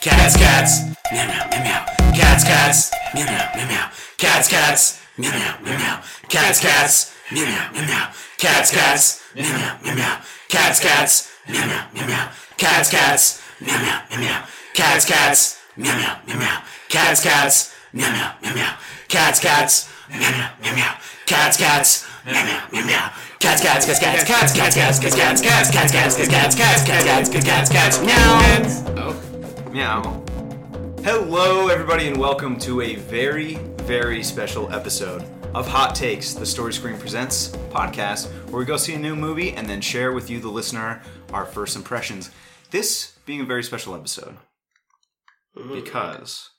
Cats, cats, meow meow meow meow. Cats, cats, meow meow meow meow. Cats, cats, meow meow meow meow. Cats, cats, meow meow meow meow. Cats, cats, meow meow meow meow. Cats, cats, meow meow meow meow. Cats, cats, meow meow meow meow. Cats, cats, meow meow meow meow. Cats, cats, meow meow meow meow. Cats, cats, meow meow meow meow. Cats, cats, meow meow meow meow. Cats, cats, cats, cats, cats, cats, cats, cats, cats, cats, cats, cats, cats, cats, cats, cats, cats, cats, cats, meow. Meow. Hello, everybody, and welcome to a very, very special episode of Hot Takes, the Story Screen Presents podcast, where we go see a new movie and then share with you, the listener, our first impressions. This being a very special episode because,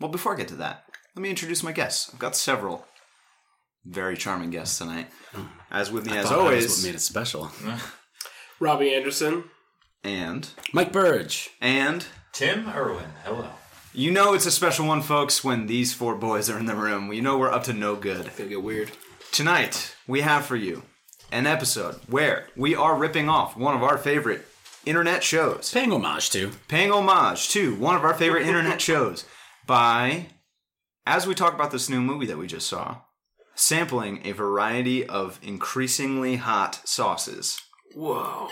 well, before I get to that, let me introduce my guests. I've got several very charming guests tonight. As with me, Oh, that as is what always, made it special. Robbie Anderson. and Mike Burge. and Tim Irwin, hello. You know it's a special one, folks, when these four boys are in the room. You know we're up to no good. Gonna get weird. Tonight, we have for you an episode where we are ripping off one of our favorite internet shows, Paying homage to. paying homage to one of our favorite internet shows by, as we talk about this new movie that we just saw, sampling a variety of increasingly hot sauces. Whoa.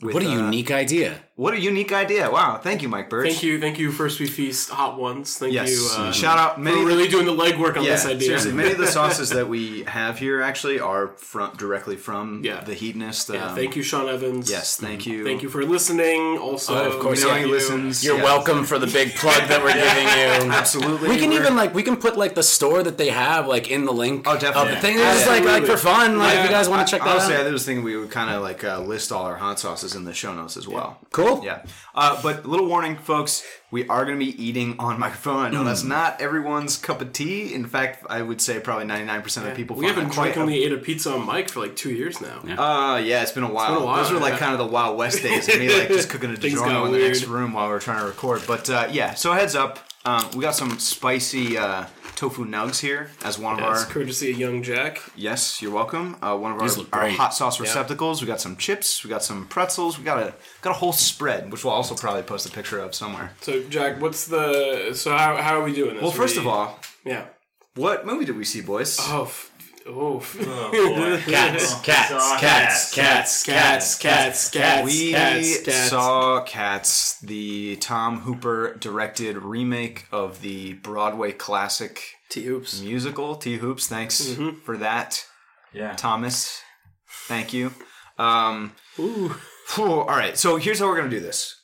With, What a uh, unique idea. What a unique idea! Wow, thank you, Mike Birch. Thank you, thank you, First We Feast Hot Ones. Thank Yes, you uh, shout out for many really doing the legwork on Yeah, this idea. seriously, many of the sauces that we have here actually are from directly from Yeah. the heatness. The, Yeah, thank you, Sean Evans. um, Yes, thank you. Thank you for listening. Also, Oh, of course, thank Knowing yeah, he you. listens. You're yeah. welcome for the big plug that we're giving you. Absolutely, We can we're- even like we can put like the store that they have like in the link Oh, definitely. of the thing. It's just like like for fun. Like if you guys want to check that Honestly, out. I was thinking we would kind of like uh, list all our hot sauces in the show notes as well. Cool. Yeah. Uh, but little warning, folks, we are going to be eating on microphone. I know that's Mm. not everyone's cup of tea. In fact, I would say probably 99% of people We find haven't that quite drunkenly ate a pizza on Mike for like two years now. Uh, yeah, it's been a while. been a while, Those were like yeah. kind of the Wild West days of me like just cooking a Things DiGiorno got in the next weird. room while we are trying to record. But uh, yeah, so heads up, um, we got some spicy uh, tofu nugs here as one of That's our. courtesy of Young Jack. Yes, you're welcome. Uh, one of our, look our great. hot sauce receptacles. We got some chips. We got some pretzels. We got a got a whole spread, which we'll also probably post a picture of somewhere. So, Jack, what's the. So, how, how are we doing this? Well, first We- of all, Yeah. what movie did we see, boys? Oh, f- oh. f- Cats, cats, cats, cats, Cats, cats, cats, We cats, cats. saw Cats, the Tom Hooper directed remake of the Broadway classic T oops. musical T Hoops. Thanks for that, Yeah. Thomas. Thank you. Um, phew, all right, so here's how we're gonna do this.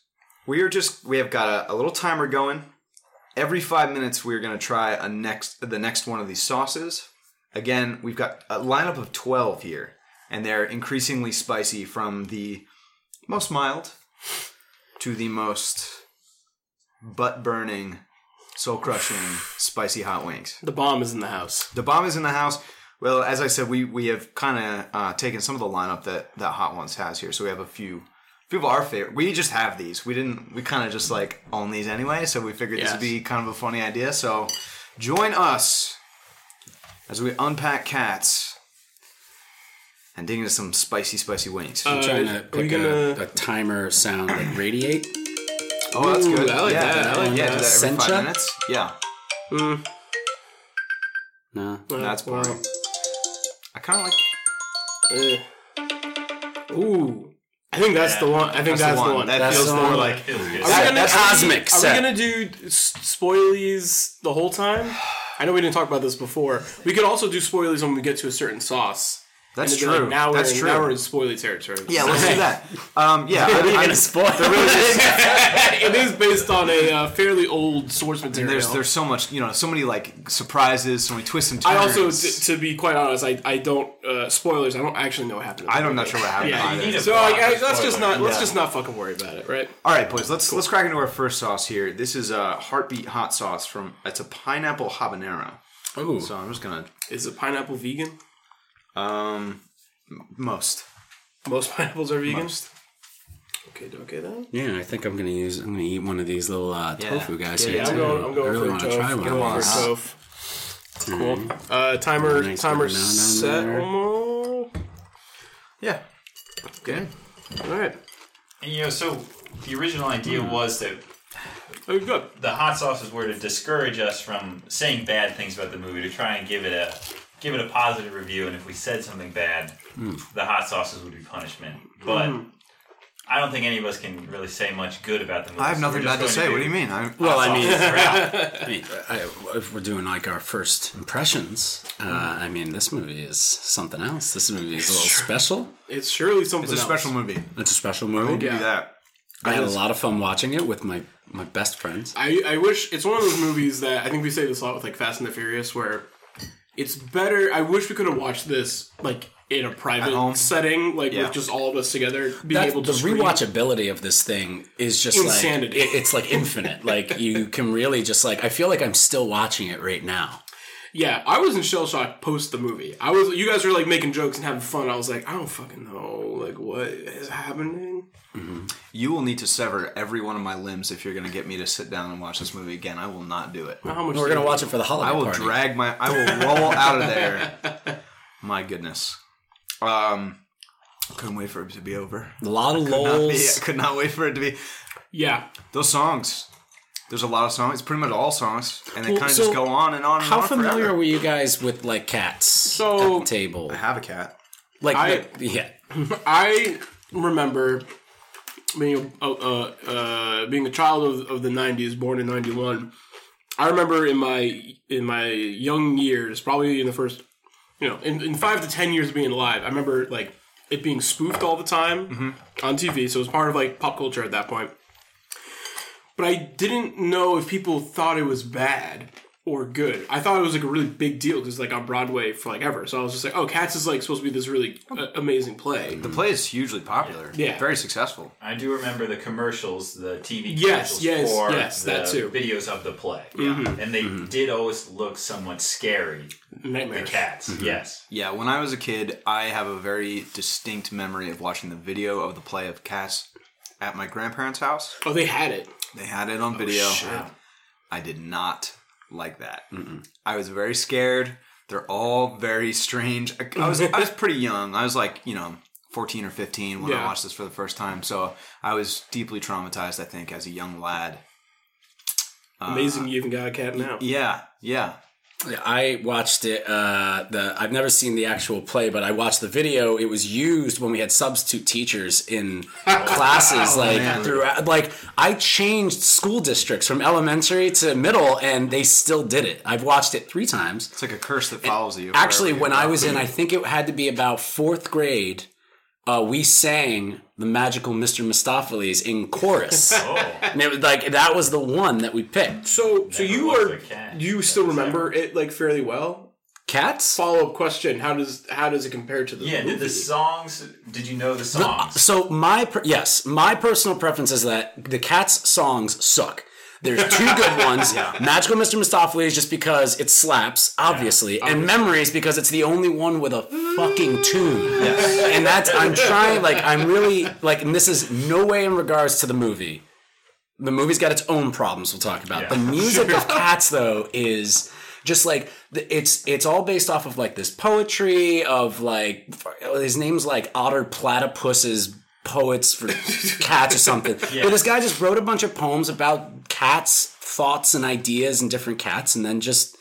We are just we have got a, a little timer going. Every five minutes, we're gonna try a next the next one of these sauces. Again, we've got a lineup of twelve here, and they're increasingly spicy from the most mild to the most butt burning, soul crushing, spicy hot wings. The bomb is in the house. The bomb is in the house. Well, as I said, we we have kind of uh, taken some of the lineup that that Hot Ones has here, so we have a few few of our favorite. We just have these. We didn't. We kind of just like own these anyway, so we figured this would Yes. be kind of a funny idea. So join us as we unpack cats and dig into some spicy, spicy wings. Uh, I'm trying to are we pick a, gonna- a timer sound like radiate. oh, that's ooh, good. I like yeah, that. I like yeah, do that. that every Sencha? five minutes. Yeah, No. that's Wow. boring. I kind of like. Eh. Ooh. I think that's the one. I think that's, the one. That That's feels the more one. like. Are we That- gonna- that's are we- cosmic Are set. we gonna do s- spoilies the whole time? I know we didn't talk about this before. We could also do spoilies when we get to a certain sauce. That's And it'd be true. Like, now we're That's in, true. Now we're in spoily territory. Yeah, let's do that. Um, yeah, I, You're I, gonna spoil. it is based on a uh, fairly old source material. there's there's so much you know, so many like surprises, so many twists and turns. I also, t- to be quite honest, I, I don't uh, spoilers. I don't actually know what happened. in the I'm not movie. sure what happened. Yeah, either. you need a So like, proper I, let's just spoiler. not let's Yeah. just not fucking worry about it, right? All right, boys, let's let's crack into our first sauce here. This is a heartbeat hot sauce from it's a pineapple habanero. Ooh. So I'm just gonna Is a pineapple vegan? um m- most Most pineapples are vegan. Most. Okay, okay then. Yeah, I think I'm gonna use. I'm gonna eat one of these little uh, Yeah. tofu guys Yeah, here Yeah, too. I'm going. I'm going I really for want a to try toffe. one. Going of for a these. toffe. Cool. Uh, timer. Nice timer little down set. there. Almost. yeah. Good. All right. Hmm. And, you know, so the original idea was that Oh, good. the hot sauces were to discourage us from saying bad things about the movie to try and give it a give it a positive review and if we said something bad Hmm. the hot sauces would be punishment but i don't think any of us can really say much good about the movie I have so nothing we're bad just to going say. What do you mean? I'm, Well, I mean, do hot sauces. I mean, I, if we're doing like our first impressions, uh, I mean, this movie is something else. This movie is a little special. It's surely something. it's a else. special movie. It's a special movie. Do Yeah. Oh, that. I had a lot of fun watching it with my my best friends. I, I wish it's one of those movies that I think we say this a lot with like Fast and the Furious, where it's better. I wish we could have watched this like in a home? private setting, like Yeah. with just all of us together, being That, able to the scream. rewatchability of this thing is just Insanity. like it- it's like infinite. like you can really just like I feel like I'm still watching it right now. Yeah, I was in shell shock post the movie. I was. You guys were like making jokes and having fun. I was like, I don't fucking know, like what is happening. You will need to sever every one of my limbs if you're going to get me to sit down and watch this movie again. I will not do it. How much We're gonna watch it for the holiday I will party. drag my. I will roll out of there. My goodness. Um, couldn't wait for it to be over. a lot of Not be, lols. could not wait for it to be. Yeah, Those songs. There's a lot of songs. It's pretty much all songs, and they Well, kind of so just go on and on. And How on familiar forever. were you guys with like cats So- at the table? I have a cat. Like I- the- yeah, I remember being a, uh, uh, being a child of, of the '90s, born in '91. I remember in my in my young years, probably in the first, you know, in, in five to ten years of being alive, I remember like it being spoofed all the time on TV. So it was part of like pop culture at that point. But I didn't know if people thought it was bad or good. I thought it was like a really big deal because like on Broadway for like ever. So I was just like, oh, Cats is like supposed to be this really uh, amazing play. The play is hugely popular. Yeah. very successful. i do remember the commercials the tv Yes, commercials yes, for yes, the that too. videos of the play Mm-hmm. and they did always look somewhat scary the Nightmare. cats yes Yeah, when I was a kid, I have a very distinct memory of watching the video of the play of Cats at my grandparents' house. Oh, they had it. They had it on Oh, video. I did not like that. I was very scared. They're all very strange. I, I was I was pretty young. I was like you know. 14 or 15 when I Yeah. watched this for the first time. So I was deeply traumatized, I think, as a young lad. Uh, Amazing, you even got a cat now. Yeah, yeah. I watched it. Uh, the I've never seen the actual play, but I watched the video. It was used when we had substitute teachers in classes, like Oh, man. throughout. Like I changed school districts from elementary to middle, and they still did it. I've watched it three times. It's like a curse that follows you. Actually, wherever when you I go. was in, I think it had to be about fourth grade. Uh, we sang the magical Mr. Mistopheles in chorus, oh and it was like that was the one that we picked. So, so you was are a cat. you still remember it like fairly well? Cats. Follow up question: How does how does it compare to the yeah movie? did the songs did you know the Uh, songs So my per- yes, my personal preference is that the Cats songs suck. There's two good ones. Magical Mr. Mistopheles just because it slaps, obviously, and Memories because it's the only one with a fucking tune. And that's I'm trying like I'm really like and this is no way in regards to the movie. The movie's got its own problems we'll talk about. Yeah. The music of Cats though is just like the- it's it's all based off of like this poetry of like his name's like Otter Platypus's poets for cats or something. But this guy just wrote a bunch of poems about cats' thoughts and ideas and different cats, and then just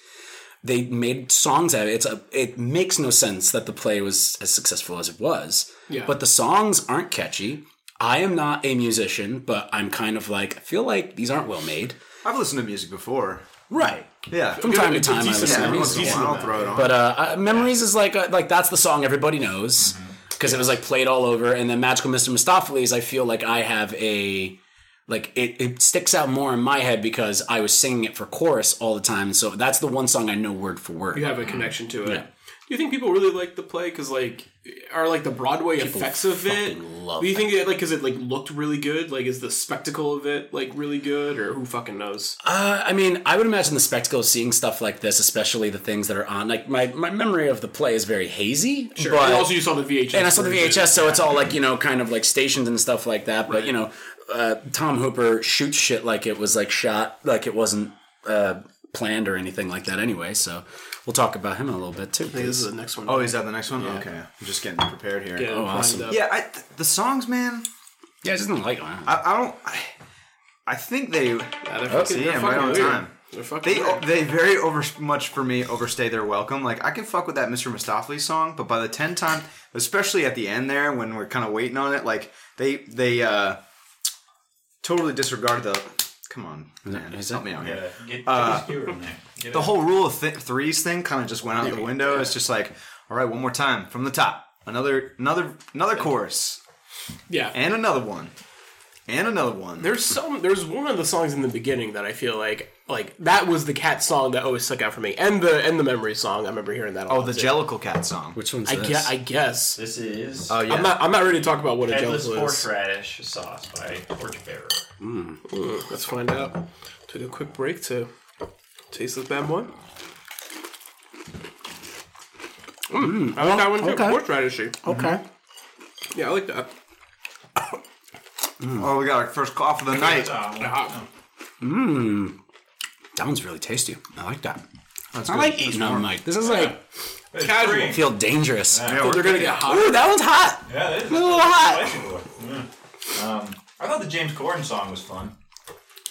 they made songs out of it. It's a, it makes no sense that the play was as successful as it was. Yeah. But the songs aren't catchy. I am not a musician, but I'm kind of like I feel like these aren't well made. I've listened to music before. Right. Yeah, From time to It's a time, I decent listen to yeah, every music. amount. once in a while, I'll throw it on. But uh, uh, Memories is like uh like that's the song everybody knows Mm-hmm. because it was like played all over. And then Magical Mr. Mistopheles, I feel like I have a like it, it sticks out more in my head because I was singing it for chorus all the time. So that's the one song I know word for word. you have a connection to it. Yeah. Do you think people really like the play? Because like, are like the Broadway effects of it? fucking love Do you think that like because it like looked really good? Like, is the spectacle of it like really good, or who fucking knows? Uh, I mean, I would imagine the spectacle of seeing stuff like this, especially the things that are on. Like my, my memory of the play is very hazy. Sure. But, and also, you saw the VHS. and I saw the version. VHS, so it's all like you know, kind of like stations and stuff like that. But you know, uh, Tom Hooper shoots shit like it was like shot, like it wasn't uh, planned or anything like that. Anyway, so we'll talk about him in a little bit too. This please. is the next one. oh, is that the next one? Okay, I'm just getting prepared here. yeah, Oh, awesome. lined up. Yeah, I, th- the songs, man. Yeah, it doesn't like. I don't know. I, I don't. I, I think they Yeah, they're fucking, Oh, see, they're I'm right fucking on weird. time. They're fucking they weird. they very over much for me overstay their welcome. Like I can fuck with that Mr. Mistopheles song, but by the ten time, especially at the end there when we're kind of waiting on it, like they they uh totally disregard the. Come on, man, is help that- me out here. Get, get a skewer in there. Get The a- whole rule of th- threes thing kind of just went out the window. It's just like, all right, one more time from the top, another another another chorus, yeah. and another one, and another one. There's some. There's one of the songs in the beginning that I feel like like that was the cat song that always stuck out for me, and the and the memory song. I remember hearing that. a oh, lot, the too. Jellicle Cat song. Which one's I this? guess. I guess. This is oh yeah, I'm not. I'm not ready to talk about what a headless jellicle is. horseradish sauce by Torch Bearer. Mm, Let's find out. Took a quick break to taste this bad boy. Mm, I like that one too. okay. Horseradishy. okay. Yeah, I like that. oh, we got our first cough of the night. Um, Ah, That one's really tasty. I like that. That's I good. like eating on Mike. This is like it's casual. green. feel dangerous. Yeah, we're- they're gonna get hot. Ooh, that one's hot. Yeah, it is. A little hot. Flexible. Yeah. Um, I thought the James Corden song was fun.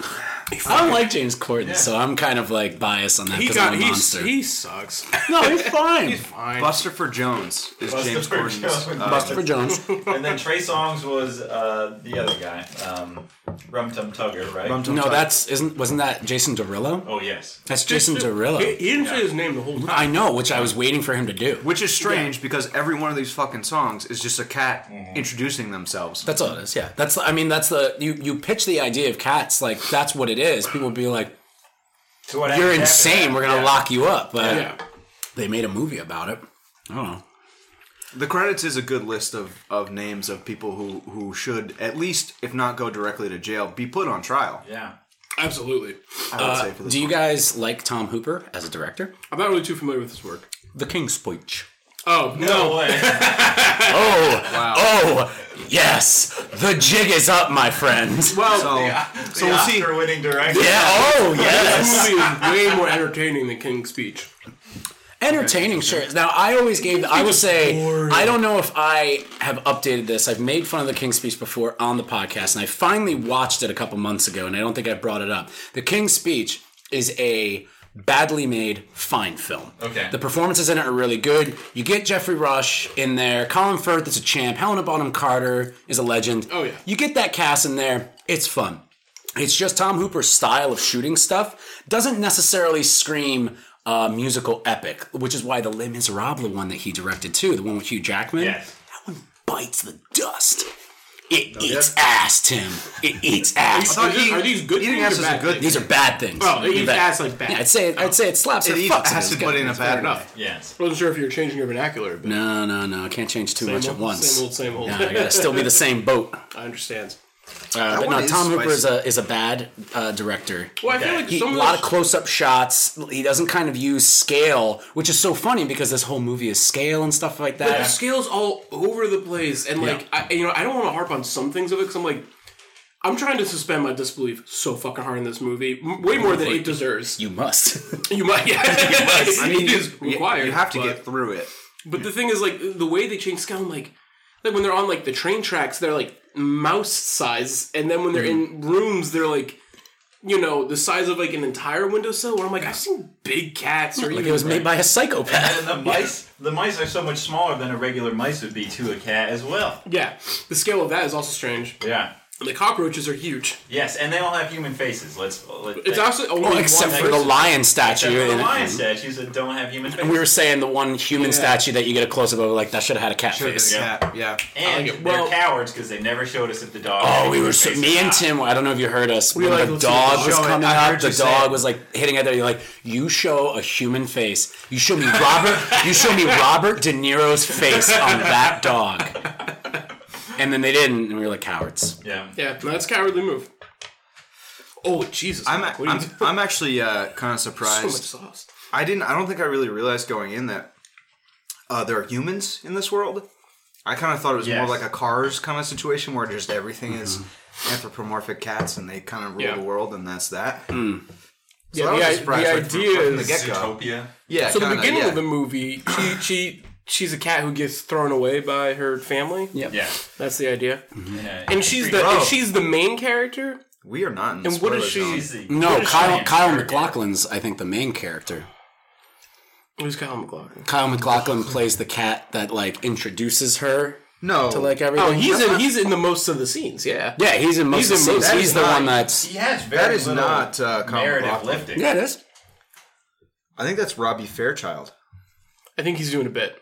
I don't like James Corden, Yeah. so I'm kind of like biased on that He because got. I'm a He, monster. he sucks. no, he's fine. He's fine. Buster for Jones is Buster James for Corden's. Jones. uh, Buster for Jones. And then Trey Songs was uh, the other guy, um, Rum Tum Tugger, right? Rum Tum- No, that's isn't wasn't that Jason Derulo? oh yes. That's Jason He, Derulo. he didn't say his name the whole time. I know, which I was waiting for him to do. Which is strange because every one of these fucking songs is just a cat Mm-hmm. introducing themselves. That's all it is. Yeah, that's. I mean, that's the you you pitch the idea of cats like that's what it is. People be like, So what "You're happened after insane. that- We're gonna yeah. lock you up." But Yeah. they made a movie about it. I don't know. the credits is a good list of, of names of people who, who should at least, if not go directly to jail, be put on trial. Yeah. Absolutely. I would Uh, say for this. Do you one. guys like Tom Hooper as a director? I'm not really too familiar with his work. The King's Speech. Oh no. No way. Oh, oh, yes. The jig is up, my friend. Well, So, so we'll see. Oscar-winning director. Yeah. Oh, yes. this movie is way more entertaining than King's Speech. entertaining shirts. Now I always gave. I will say I don't know if I have updated this. I've made fun of the King's Speech before on the podcast, and I finally watched it a couple months ago, and I don't think I brought it up. The King's Speech is a badly made fine film. Okay. The performances in it are really good. You get Jeffrey Rush in there. Colin Firth is a champ. Helena Bonham Carter is a legend. Oh, yeah. You get that cast in there. It's fun. It's just Tom Hooper's style of shooting stuff doesn't necessarily scream uh, musical epic, which is why the Les Miserables one that he directed too, the one with Hugh Jackman, Yes. that one bites the dust. It eats ass, Tim. It eats ass. Are these- are these good eating things ass or is bad a good These are bad things. Oh, it They're eats bad. ass like bad. Yeah, I'd say I'd say it slaps It or eats fucks. acid, it's good. but in a Fair bad way. enough. Yes. I wasn't sure if you were changing your vernacular, but No, no, no. I can't change too much same at old- once. Same old, same old. No, I gotta still be the same boat. I understand. Uh, but one no, is Tom Hooper is spicy. a is a bad uh, director. Well, I feel Okay. like He, a some lot of of those, close up shots. He doesn't kind of use scale, which is so funny because this whole movie is scale and stuff like but the that. scales all over the place, and like I, you know, I don't want to harp on some things of it because I'm like, I'm trying to suspend my disbelief so fucking hard in this movie, m- way more than it deserves. You must. You might, yeah, you must. I mean, it is You- required. you have to but- get through it. But the thing is, like the way they change scale, I'm like, like when they're on like the train tracks, they're like mouse size, and then when they're in Mm-hmm. rooms, they're like, you know, the size of like an entire windowsill. Where I'm like, I've seen big cats, or like even it was made by a psychopath. And the mice, the mice are so much smaller than a regular mice would be to a cat as well. yeah. The scale of that is also strange. Yeah. And the cockroaches are huge. Yes, and they all have human faces. Let's. Let, It's actually only Well, one Oh, except thing. for the lion except statue. for the and- lion statues that don't have human faces. we were saying the one human statue that you get a close up of, like that should have had a cat face. Yeah, yeah. and I like it. they're Well- cowards because they never showed us if the dog. had Oh, we human were so, face or me and not. Tim. I don't know if you heard us. When were like, the let's see dog the was dog. coming I heard up, the you say dog it. was like hitting at there. You're like, you show a human face. You show me Robert. you show me Robert De Niro's face on that dog. And then they didn't, and we were like cowards. Yeah. Yeah, no, that's a cowardly move. Oh Jesus! I'm, Mike, what are you I'm, I'm actually uh, kind of doing? surprised. so much sauce. I didn't. I don't think I really realized going in that uh, there are humans in this world. I kind of thought it was Yes. more like a Cars kind of situation where just everything is anthropomorphic cats and they kind of rule Yeah, the world and that's that. So Yeah, I was the i- surprised, the like, from- idea from the is- get-go. Zootopia. Yeah. So the kinda, beginning yeah. of the movie, she she she's a cat who gets thrown away by her family. Yeah. Yeah. That's the idea. yeah. And she's the Bro. and she's the main character. We are not. In the And what is spoiler zone. she- She's the- No, what is Kyle she? Kyle McLaughlin's I think the main character. Who's Kyle McLaughlin? Kyle McLaughlin plays the cat that like introduces her No. to like everything. Oh, he's in he's in the most of the scenes. Yeah. yeah, he's in most he's of the in most- scenes. that He's is the not- one that's He has very That is little not uh, Kyle narrative McLaughlin. lifting. yeah, it is. I think that's Robbie Fairchild. I think he's doing a bit.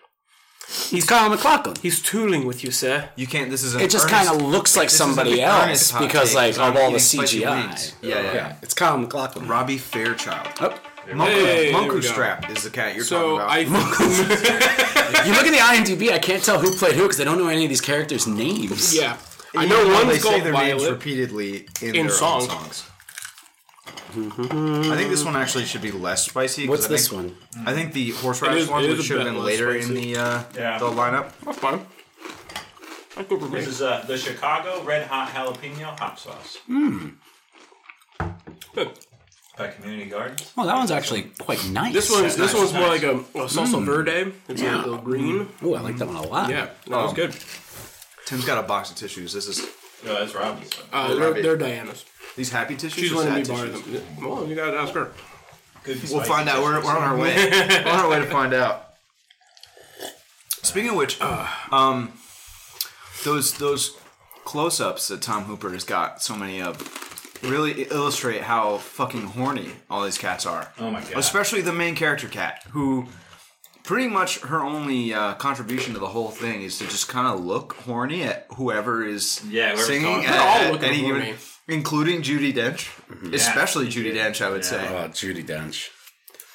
He's Kyle McLaughlin. He's tooling with you, sir. You can't. This is an It just kind of looks like this is an somebody else earnest hot because take, like 'cause of I'm all the eating spicy CGI. wings. Yeah, yeah, yeah. It's Kyle McLaughlin. Robbie Fairchild. Oh, Monku, Hey, there we Monku go. Strap is the cat you're So I talking about. think, you look at the IMDb. I can't tell who played who because I don't know any of these characters' names. yeah, I You know they one's say called their names Violet. repeatedly in, In their song. own songs. I think this one actually should be less spicy. 'cause What's I this think- one? I think the horse It radish is- one it is which a should have bit been less later in spicy. the uh, Yeah. the lineup. That's fine. That's good for me. This is uh, the Chicago Red Hot Jalapeno Hot Sauce Good. by Community Gardens. Well, Oh, that one's actually quite nice. This one's this nice, one's more like nice. a, a salsa Mm. verde. It's a little green. Oh, I like that one a lot. Yeah, that Oh. was good. Uh, Tim's got a box of tissues. This is No, that's Robbie's. one. Uh, they're, they're Diana's. these happy tissues. She's or letting me sad borrow tissues? them. Well, you gotta ask her. Could be We'll spicy find out. We're, chestnuts. we're on our way. we're on our way to find out. Speaking of which, um, those those close-ups that Tom Hooper has got so many of really illustrate how fucking horny all these cats are. Oh my God. Especially the main character cat, who pretty much her only uh, contribution to the whole thing is to just kind of look horny at whoever is Yeah, whoever's singing. talking. At, They're all at looking any given- horny. including Judy Dench, especially Judy Dench, I would Mhm. Yeah. say. Oh, Judy Dench.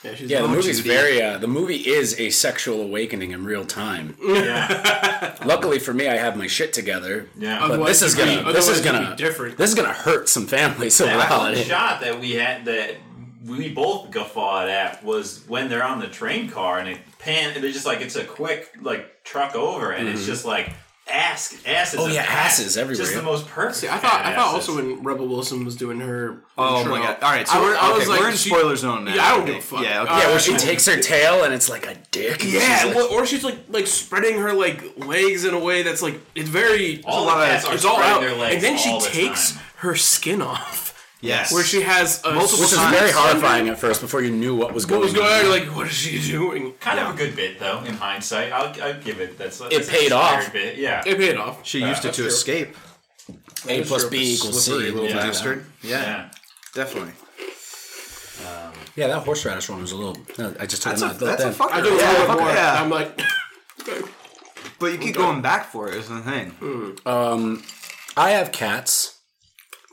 Yeah, she's Yeah, the Oh, movie's Judy. very. Uh, the movie is a sexual awakening in real time. Mm. Yeah. Luckily for me, I have my shit together. Yeah. But Otherwise this is it'd be- gonna. this otherwise is it'd be gonna. different. This is gonna hurt some families. That overall. one shot that we had that we both guffawed at was when they're on the train car and it pan. They're just like it's a quick like truck over and it's just like ass asses. Oh, of yeah, cats. asses everywhere. Just the most perfect. I thought I kind of thought asses. also when Rebel Wilson was doing her. Oh intro, my god! All right, so I- we're, I was okay, like, we're in she- spoiler zone now. Yeah, I don't think. give a fuck. Yeah, okay. Uh, Yeah, where she Yeah. takes her tail and it's like a dick. and she's Yeah, like- well, or she's like like spreading her like legs in a way that's like it's very all lot the of- cats are it's all spreading out, their legs and then she all the takes time. her skin off, yes. where she has a Multiple which is times. very horrifying at first before you knew what was What going, was going on? on. You're Like, what is she doing? Kind of a good bit though, in hindsight. I'll, I'll give it. That's It that's a paid off. standard Bit. Yeah. It paid off. she used it to escape. A plus true. B equals C. Slippery little Yeah. bastard. Yeah, yeah. definitely. Yeah, that horseradish one was a little. No, I just took That's him a out. That- that's a that- fucker. I do a little bit more. yeah. I'm like, But you keep going back for it. Is the thing. I have cats.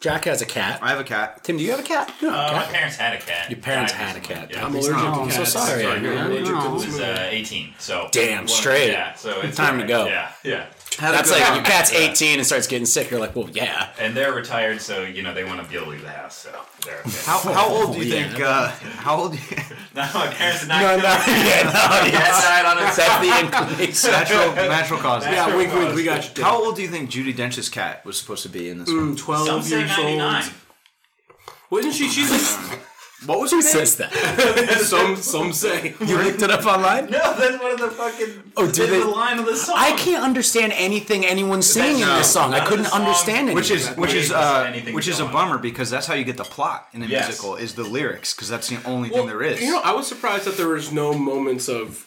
Jack has a cat. I have a cat. Tim, do you have a cat? You don't have Uh, a my cat. parents had a cat. Your parents Died had a recently, cat. Yeah. I'm allergic Oh, to I'm cats. so sorry. Sorry, you're man. allergic to I this was movie. uh, 18, so Damn One- straight. Yeah, so it's Time to alright. go. Yeah, yeah. Had a That's good like time. your cat's 18 and starts getting sick. You're like, well, yeah. And they're retired, so you know they want to be able to leave the house. So they're okay. How, how old do you Yeah. think? Uh, how old? Do you, no, my parents did not. No, kill no, me. yeah, no, That's yes. not on a That's the inclination. natural natural causes. Yeah. Yeah, wink, wink. We got you. How old do you think Judy Dench's cat was supposed to be in this? Mm, one? Twelve Some say years 99. old. Wasn't she? She's like, What was her name? Says that. some some say. You looked it up online? No, that's one of the fucking. Oh, do that's they- the line of the song? I can't understand anything anyone's saying in no, this song. I none of couldn't the song- understand it. which is which is Wait, uh, anything which is a going bummer because that's how you get the plot in a Yes. musical is the lyrics because that's the only Well, thing there is. You know, I was surprised that there was no moments of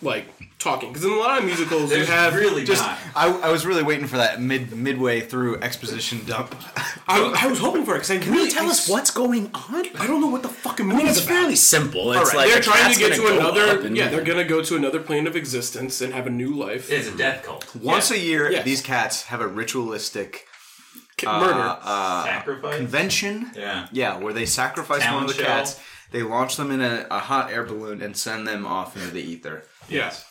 like talking because in a lot of musicals you There's have really just. not. I, I was really waiting for that mid midway through exposition dump. I, I was hoping for it because I Can really you tell I, us what's going on? I don't know what the fucking I movie mean, it's about. fairly simple. It's Alright, like they're a trying cat's to get to gonna go up another. and- Yeah, they're gonna go to another plane of existence and have a new life. It's a death cult. Once a year, Yes. these cats have a ritualistic K- Murder. uh, sacrifice. convention. Yeah. yeah, where they sacrifice Talent one of the show. cats. They launch them in a, a hot air balloon and send them off into the ether. yes.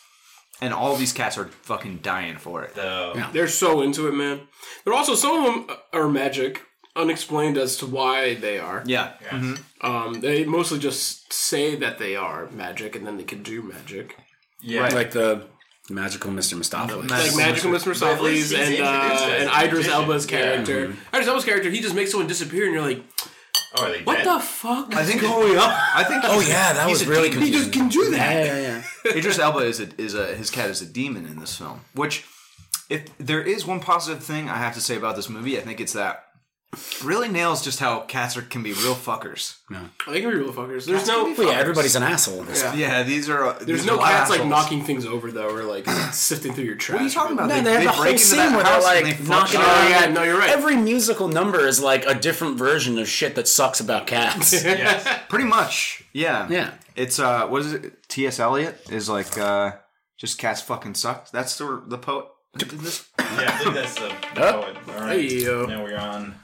And all these cats are fucking dying for it. So Yeah. They're so into it, man. But also, some of them are magic, unexplained as to why they are. Yeah, yes. Um, they mostly just say that they are magic, and then they can do magic. yeah. Like the magical Mr. Mistopheles. like Magical Mr. Sophocles he's and introduced uh, as and a Idris magician. Elba's Yeah. character. Idris Elba's character, he just makes someone disappear, and you're like, Oh, are they what dead? the fuck? I think going up. I think. Oh yeah, that he's was a really demon. confusing. He just can do that. Yeah, yeah, yeah. Idris Elba is a, is a his cat is a demon in this film. Which, if there is one positive thing I have to say about this movie, I think it's that really nails just how cats are, can be real fuckers. They can be real fuckers. There's no. Well, yeah, everybody's an asshole in this. Yeah. Yeah, these are. There's no cats like knocking things over though, or like sifting through your trash. What are you talking about? No, they, have a whole scene where they're like knocking Oh, around. yeah, no, you're right. Every musical number is like a different version of shit that sucks about cats. Yes. Pretty much. Yeah. Yeah. It's uh, what is it? T. S. Eliot is like uh, just cats fucking sucks. That's the the poet. who did this? Yeah, I think that's the. Oh. All right. Hey, yo. Now we're on.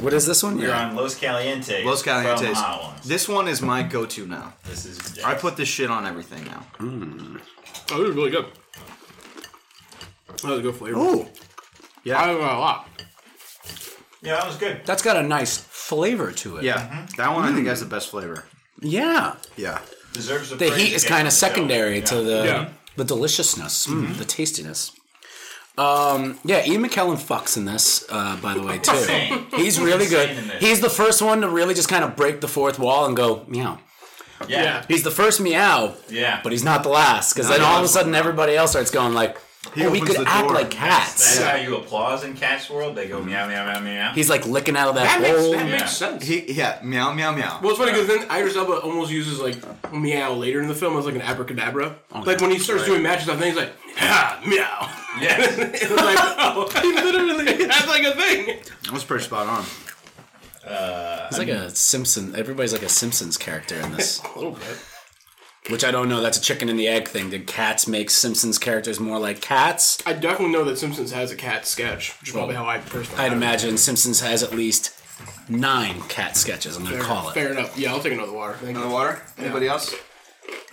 what is this one? We're on Los Calientes. Los From Calientes. Hot Ones. This one is my go-to now. This is. I put this shit on everything now. Oh, this is really good. That was a good flavor. Ooh, Yeah. I got a lot. Yeah, that was good. that's got a nice flavor to it. Yeah, that one I think has the best flavor. Yeah. Yeah, Deserves a The praise heat is again kind for of show. secondary Yeah. to the Yeah. Mm-hmm. the deliciousness, Mm, the tastiness. Um, yeah, Ian McKellen fucks in this, uh, by the way, too. Insane. He's really good. Insane in this. He's the first one to really just kind of break the fourth wall and go meow. Yeah. He's the first meow, Yeah. but he's not the last because then no, all of a no. sudden everybody else starts going like, He oh, we opens could the act door. like cats. That's how you applause in Cats World. They go meow meow meow meow. He's like licking out of that, That makes, Oh, hole. that Yeah. makes sense. he, yeah, meow, meow, meow. Well, it's funny because then Idris Elba almost uses like meow later in the film as like an abracadabra. Oh, like when he starts doing matches, I think he's like ah, meow. yeah. it's like oh, he literally that's like a thing. That was pretty spot on. He's like a Simpson. Everybody's like a Simpsons character in this, A little bit. which I don't know. That's a chicken and the egg thing. Did cats make Simpsons characters more like cats? I definitely know that Simpsons has a cat sketch, which is probably how I personally. I'd imagine Simpsons has at least nine cat sketches. I'm gonna call it. Fair enough. Yeah, I'll take another water. Thank you. water? Anybody else?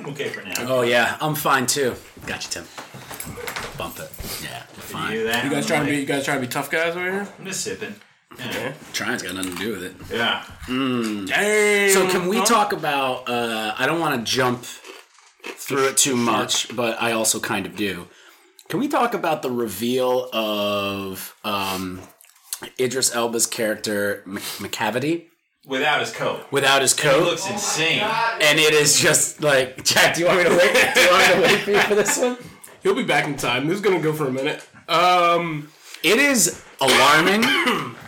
okay for now. Oh yeah, I'm fine too. Got you, Tim. Bump it. Yeah, fine. You, that You guys I'm trying to like, be you guys trying to be tough guys over here? I'm just sipping. Yeah. Trying's got nothing to do with it. yeah. Damn. So can we talk about? Uh, I don't want to jump through it too much, but I also kind of do. Can we talk about the reveal of um, Idris Elba's character Mc- McCavity Without his coat. without his coat? It looks insane. and it is just like Jack. Do you want me to wait? Do you want me to wait for you for this one? He'll be back in time. This is gonna go for a minute. Um, It is alarming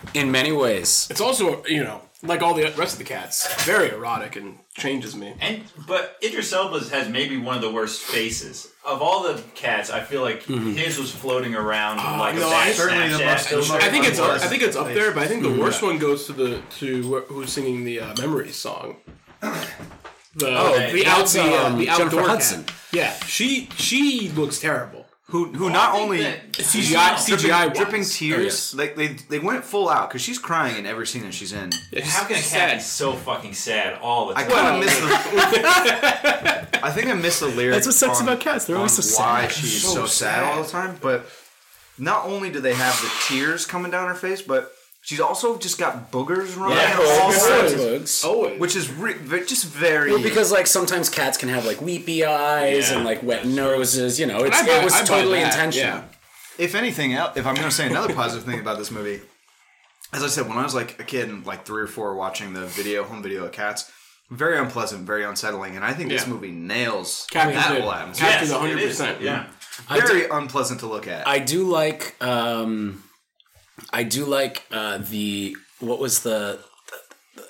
in many ways. it's also you know like all the rest of the cats, very erotic and changes me. And but Idris Elba has maybe one of the worst faces of all the cats. I feel like Mm-hmm. his was floating around like no, a bad I- certainly the Snapchat most- the filter. most- I think it's Worst. I think it's up there, but I think the worst one goes to the to wh- who's singing the uh, memories song. The, oh, the out that's, the, uh, um, the Jennifer outdoor Hudson. cat. Yeah, she she looks terrible. Who, who not only CGI CGI wise. dripping yes. tears, like they, they went full out because she's crying in every scene that she's in. Yeah, she's How can a cat sad. be so fucking sad all the I time? kind of miss the. I think I missed the lyric. That's what sucks on- about cats. They're on always so sad. Why she's so, So sad all the time, but not only do they have the tears coming down her face, but she's also just got boogers running Yeah. out all Always. sides, Always. which is re- ve- just very. Well, because like sometimes cats can have like weepy eyes Yeah. and like wet noses. You know, it's, I buy- it was I buy totally that, intentional. yeah. if anything else, if I'm going to say another positive thing about this movie, as I said, when I was like a kid, and like three or four, watching the video home video of Cats, very unpleasant, very unsettling, and I think this Yeah. movie nails Captures that it. whole atmosphere. Captures Yes, a hundred it is. percent. Yeah. Very unpleasant to look at. I do like, um I do like uh the what was the.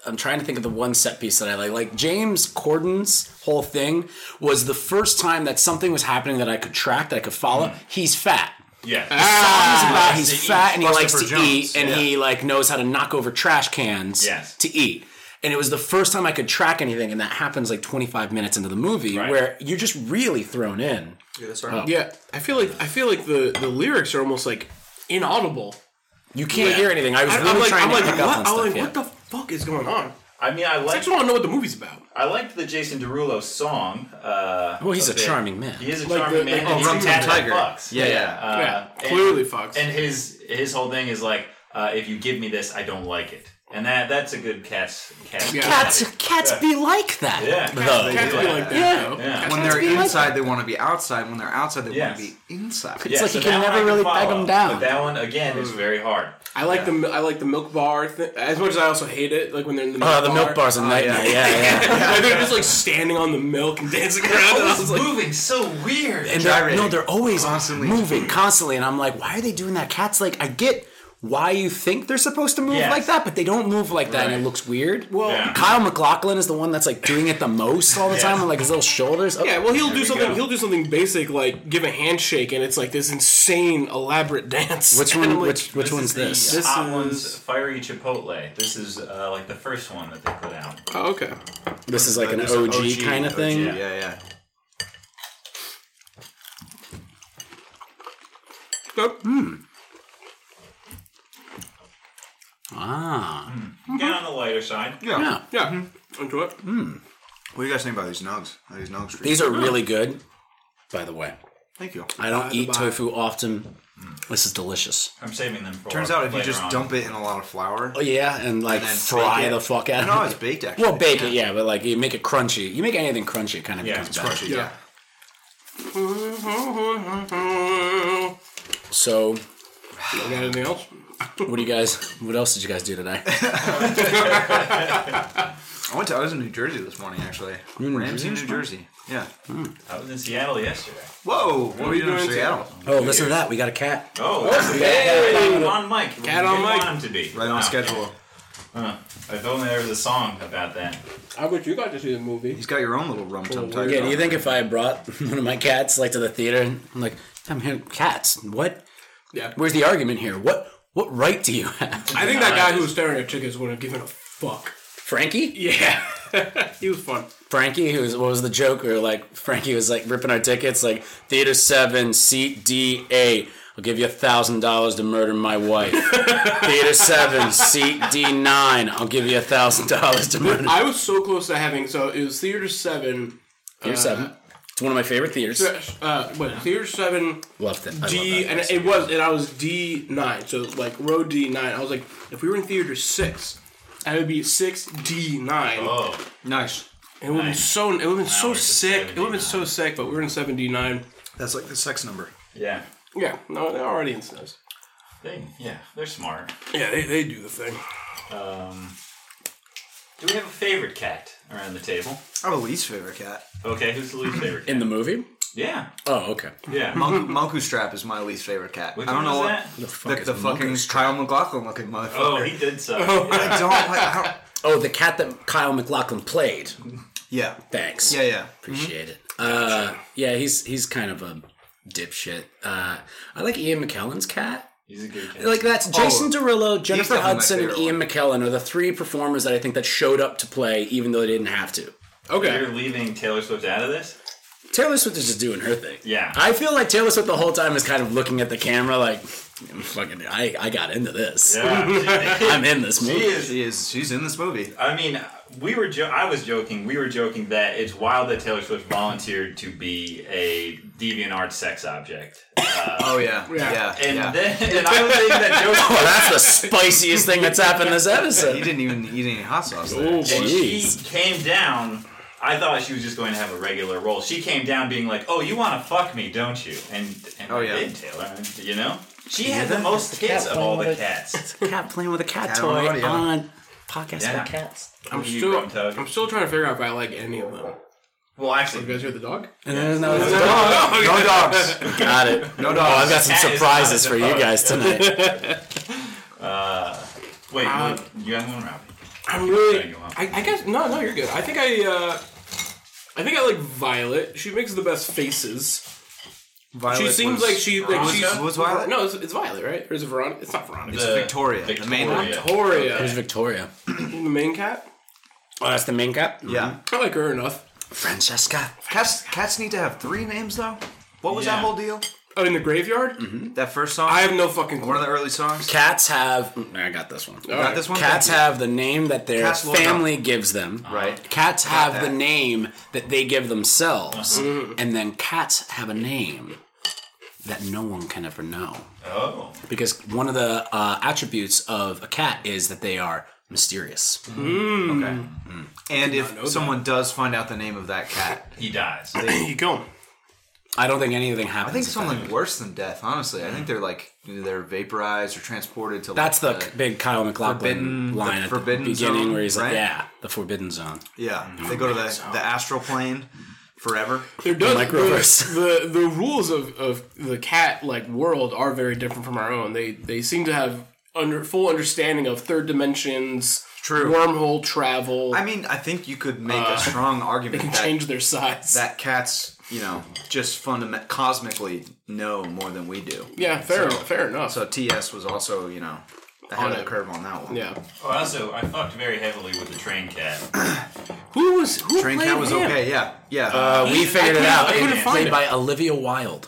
I'm trying to think of the one set piece that I like. Like James Corden's whole thing was the first time that something was happening that I could track, that I could follow. He's fat. Yeah. Ah. songs about Likes to he's eat. fat and he likes Christopher to Jones, eat and yeah. he like knows how to knock over trash cans Yes. to eat. And it was the first time I could track anything, and that happens like 25 minutes into the movie, Right. where you're just really thrown in. Yeah, I feel like I feel like the the lyrics are almost like inaudible. You can't hear anything. I was I, really am like trying I'm to like pick up what? on I'm stuff. like yeah. what the fuck is going on? I mean, I I like just want to know what the movie's about. I liked the Jason Derulo song. Uh, Well, Oh, he's a bit. charming man. He is a Like charming the- man. like and the he's Rum Tum tatted up Tiger. bucks. Yeah, yeah. Uh, yeah, and- clearly fucks. And his his whole thing is like, uh, if you give me this, I don't like it. And that that's a good cat's cat. Yeah. Cats, cats be like that. Yeah. though. Cats- Cats be like that. Yeah. though. Yeah. when Cats they're be like inside, they want to be outside. When they're outside, they Yes. want to be inside. Yeah, like you can so that one never I really beg follow, 'em down. But that one again is very hard. I like the I like the milk bar thi- as much as I also hate it. Like when they're in the milk Oh, the milk bar's a nightmare. yeah, yeah. Like, they're just like standing on the milk and dancing around. And I was It's like, moving so weird. and they're, Gyrating. no, they're always Constantly. moving constantly, and I'm like, why are they doing that? Cats like I get why you think they're supposed to move Yes. like that, but they don't move like that, and Right. it looks weird. Well, Yeah. Kyle McLaughlin is the one that's like doing it the most all the Yeah. time on like his little shoulders. Oh, yeah, well, he'll do we something. go. He'll do something basic like give a handshake, and it's like this insane, elaborate dance. which And one? I'm like, which which one's this? The This hot is- ones, fiery chipotle. This is uh, like the first one that they put out. Mm-hmm. Oh, okay. uh, This is like an There's OG, an kind of OG, thing. Yeah, yeah. Yep. Ah, Get on the lighter side. Yeah. yeah. Yeah. Into it. What do you guys think about these nugs? Are these nugs for you? These are really good. By the way, Thank you. I don't eat bye. tofu often. This is delicious. I'm saving them for. Turns out if you later just on. dump it in a lot of flour, Oh yeah, and like then fry bake it. the fuck out. No, of it's it. baked, actually. Well, bake it, yeah, but like you make it crunchy. You make anything crunchy, it kind of Yeah, becomes it's better. crush it. Yeah. Mm-hmm. So, You got anything else? what do you guys? What else did you guys do tonight? I went to. I was in New Jersey this morning, actually. Ramsey, New Jersey. Yeah. I was in Seattle yesterday. Whoa. What were you doing in Seattle? Oh, listen to that. We got a cat. Oh, hey, I'm on mic. Cat on Didn't mic. Want him to be Right on schedule. Uh, if only there was a song about that. I wish you got to see the movie. He's got your own little rum tum Yeah, do you think if I brought one of my cats like to the theater and I'm like, I'm here, cats. What? Yeah. Where's the argument here? What? What right do you have, I think that guy who was staring at chickens would have given a fuck. Frankie? Yeah. he was fun. Frankie, who's what was the joke? Or like Frankie was like ripping our tickets, like theater seven, seat D A. I'll give you a thousand dollars to murder my wife. theater seven, seat D nine. I'll give you a thousand dollars to murder. I was so close to having so it was theater seven. Theater seven. It's one of my favorite theaters. Uh, what theater seven? Loved it. I love D that and place. it was and I was D nine, so like row D nine. I was like, if we were in theater six, I would be six D nine. Oh, Nice. It would have been so. It would have been so we're just sick. It would have been so 79. sick. But we were in seventy nine. That's like the sex number. yeah. Yeah, no, they're already in SNES. They, yeah, they're smart. Yeah, they, they do the thing. Um, do we have a favorite cat around the table? I have a least favorite cat. Okay, who's the least favorite? Cat? in the movie. Yeah, Oh, okay. yeah. Monk, Monku Strap is my least favorite cat. Which I don't one know was what. that? The, The, fuck the, is fucking Monk- Kyle McLaughlin looking motherfucker. Oh, he did suck. I don't like. I don't, Oh, the cat that Kyle McLaughlin played. yeah. Thanks. Yeah, yeah. Appreciate it. Uh, yeah, he's he's kind of a dipshit. Uh, I like Ian McKellen's cat. He's a good cat. Like that's Jason Derulo, Jennifer definitely my Hudson, and favorite Ian McKellen are the three performers that I think that showed up to play, even though they didn't have to. Okay. You're leaving Taylor Swift out of this? Taylor Swift is just doing her thing. Yeah. I feel like Taylor Swift the whole time is kind of looking at the camera, like, "I'm "Fucking, I, I got into this. Yeah. I'm in this she movie." is. Uh, She is. She's in this movie. I mean, we were. Jo- I was joking. We were joking that it's wild that Taylor Swift volunteered to be a deviant art sex object. Oh yeah. Yeah. Yeah. And then, and I was saying that joke. Well, Oh, that's the spiciest thing that's happened this he episode. didn't even eat any hot sauce. There. Oh And boy. she Jeez. came down. I thought she was just going to have a regular role. She came down being like, "Oh, you want to fuck me, don't you?" And and Oh, I yeah. did, Taylor. You know, she had the most kids of all the cats. Cat playing with a cat, Cat on toy audio. on podcast Yeah. for cats. I'm You still. bum tug. I'm still trying to figure out if I like any of them. uh, Well, You actually, guys hear the dog? And there's no, Oh, No dogs. got it. No dogs. Oh, I've got some Cat is surprises not for you supposed- guys tonight. wait, Uh, you got one, Robbie? I'm really. Sorry, go on. I, I guess no, no, you're good. I think I. uh I think I like Violet. She makes the best faces. Violet she seems was- like she like Veronica? she's. was Violet? No, it's, it's Violet, right? Or is it Veronica? It's not Veronica. It's Victoria, the main one. There's Victoria. Victoria, the main cat. Oh, that's the main cat? Yeah. I like her enough. Francesca. Cats. Cats need to have three names though. What was Yeah. that whole deal? Oh, in the graveyard. That first song. I have no fucking clue. one of the early songs. Cats have. I got this one. All Got this one. Cats Thank you. have the name that their Cats lord family gives them. Right. Cats have that. Mm-hmm. the name that they give themselves. And then cats have a name that no one can ever know. Oh, Because one of the uh, attributes of a cat is that they are mysterious. Hmm. Okay. And if someone does find out the name of that cat, he dies. you go. I don't think anything happens. I think if something worse than death. Honestly, I think they're like they're vaporized or transported to. That's the like, big Kyle McLaughlin forbidden- line the at forbidden the beginning zone, where he's like, right? "Yeah, the forbidden zone." yeah. Mhm. They go to the the astral plane forever. There does microverse. The, the the rules of, of the cat like world are very different from our own. They they seem to have under full understanding of third dimensions, True. wormhole travel. I mean, I think you could make a strong Uh, they argument can that change their size. that cats, you know, just fundament cosmically know more than we do. yeah, fair, fair enough. So TS was also, you know, the head On of the it. curve on that one. yeah, Oh, also, I fucked very heavily with the train cat. who was who Train played cat was him? okay. Yeah, yeah. Uh, we figured it couldn't- out. I couldn't Played find it. by Olivia Wilde.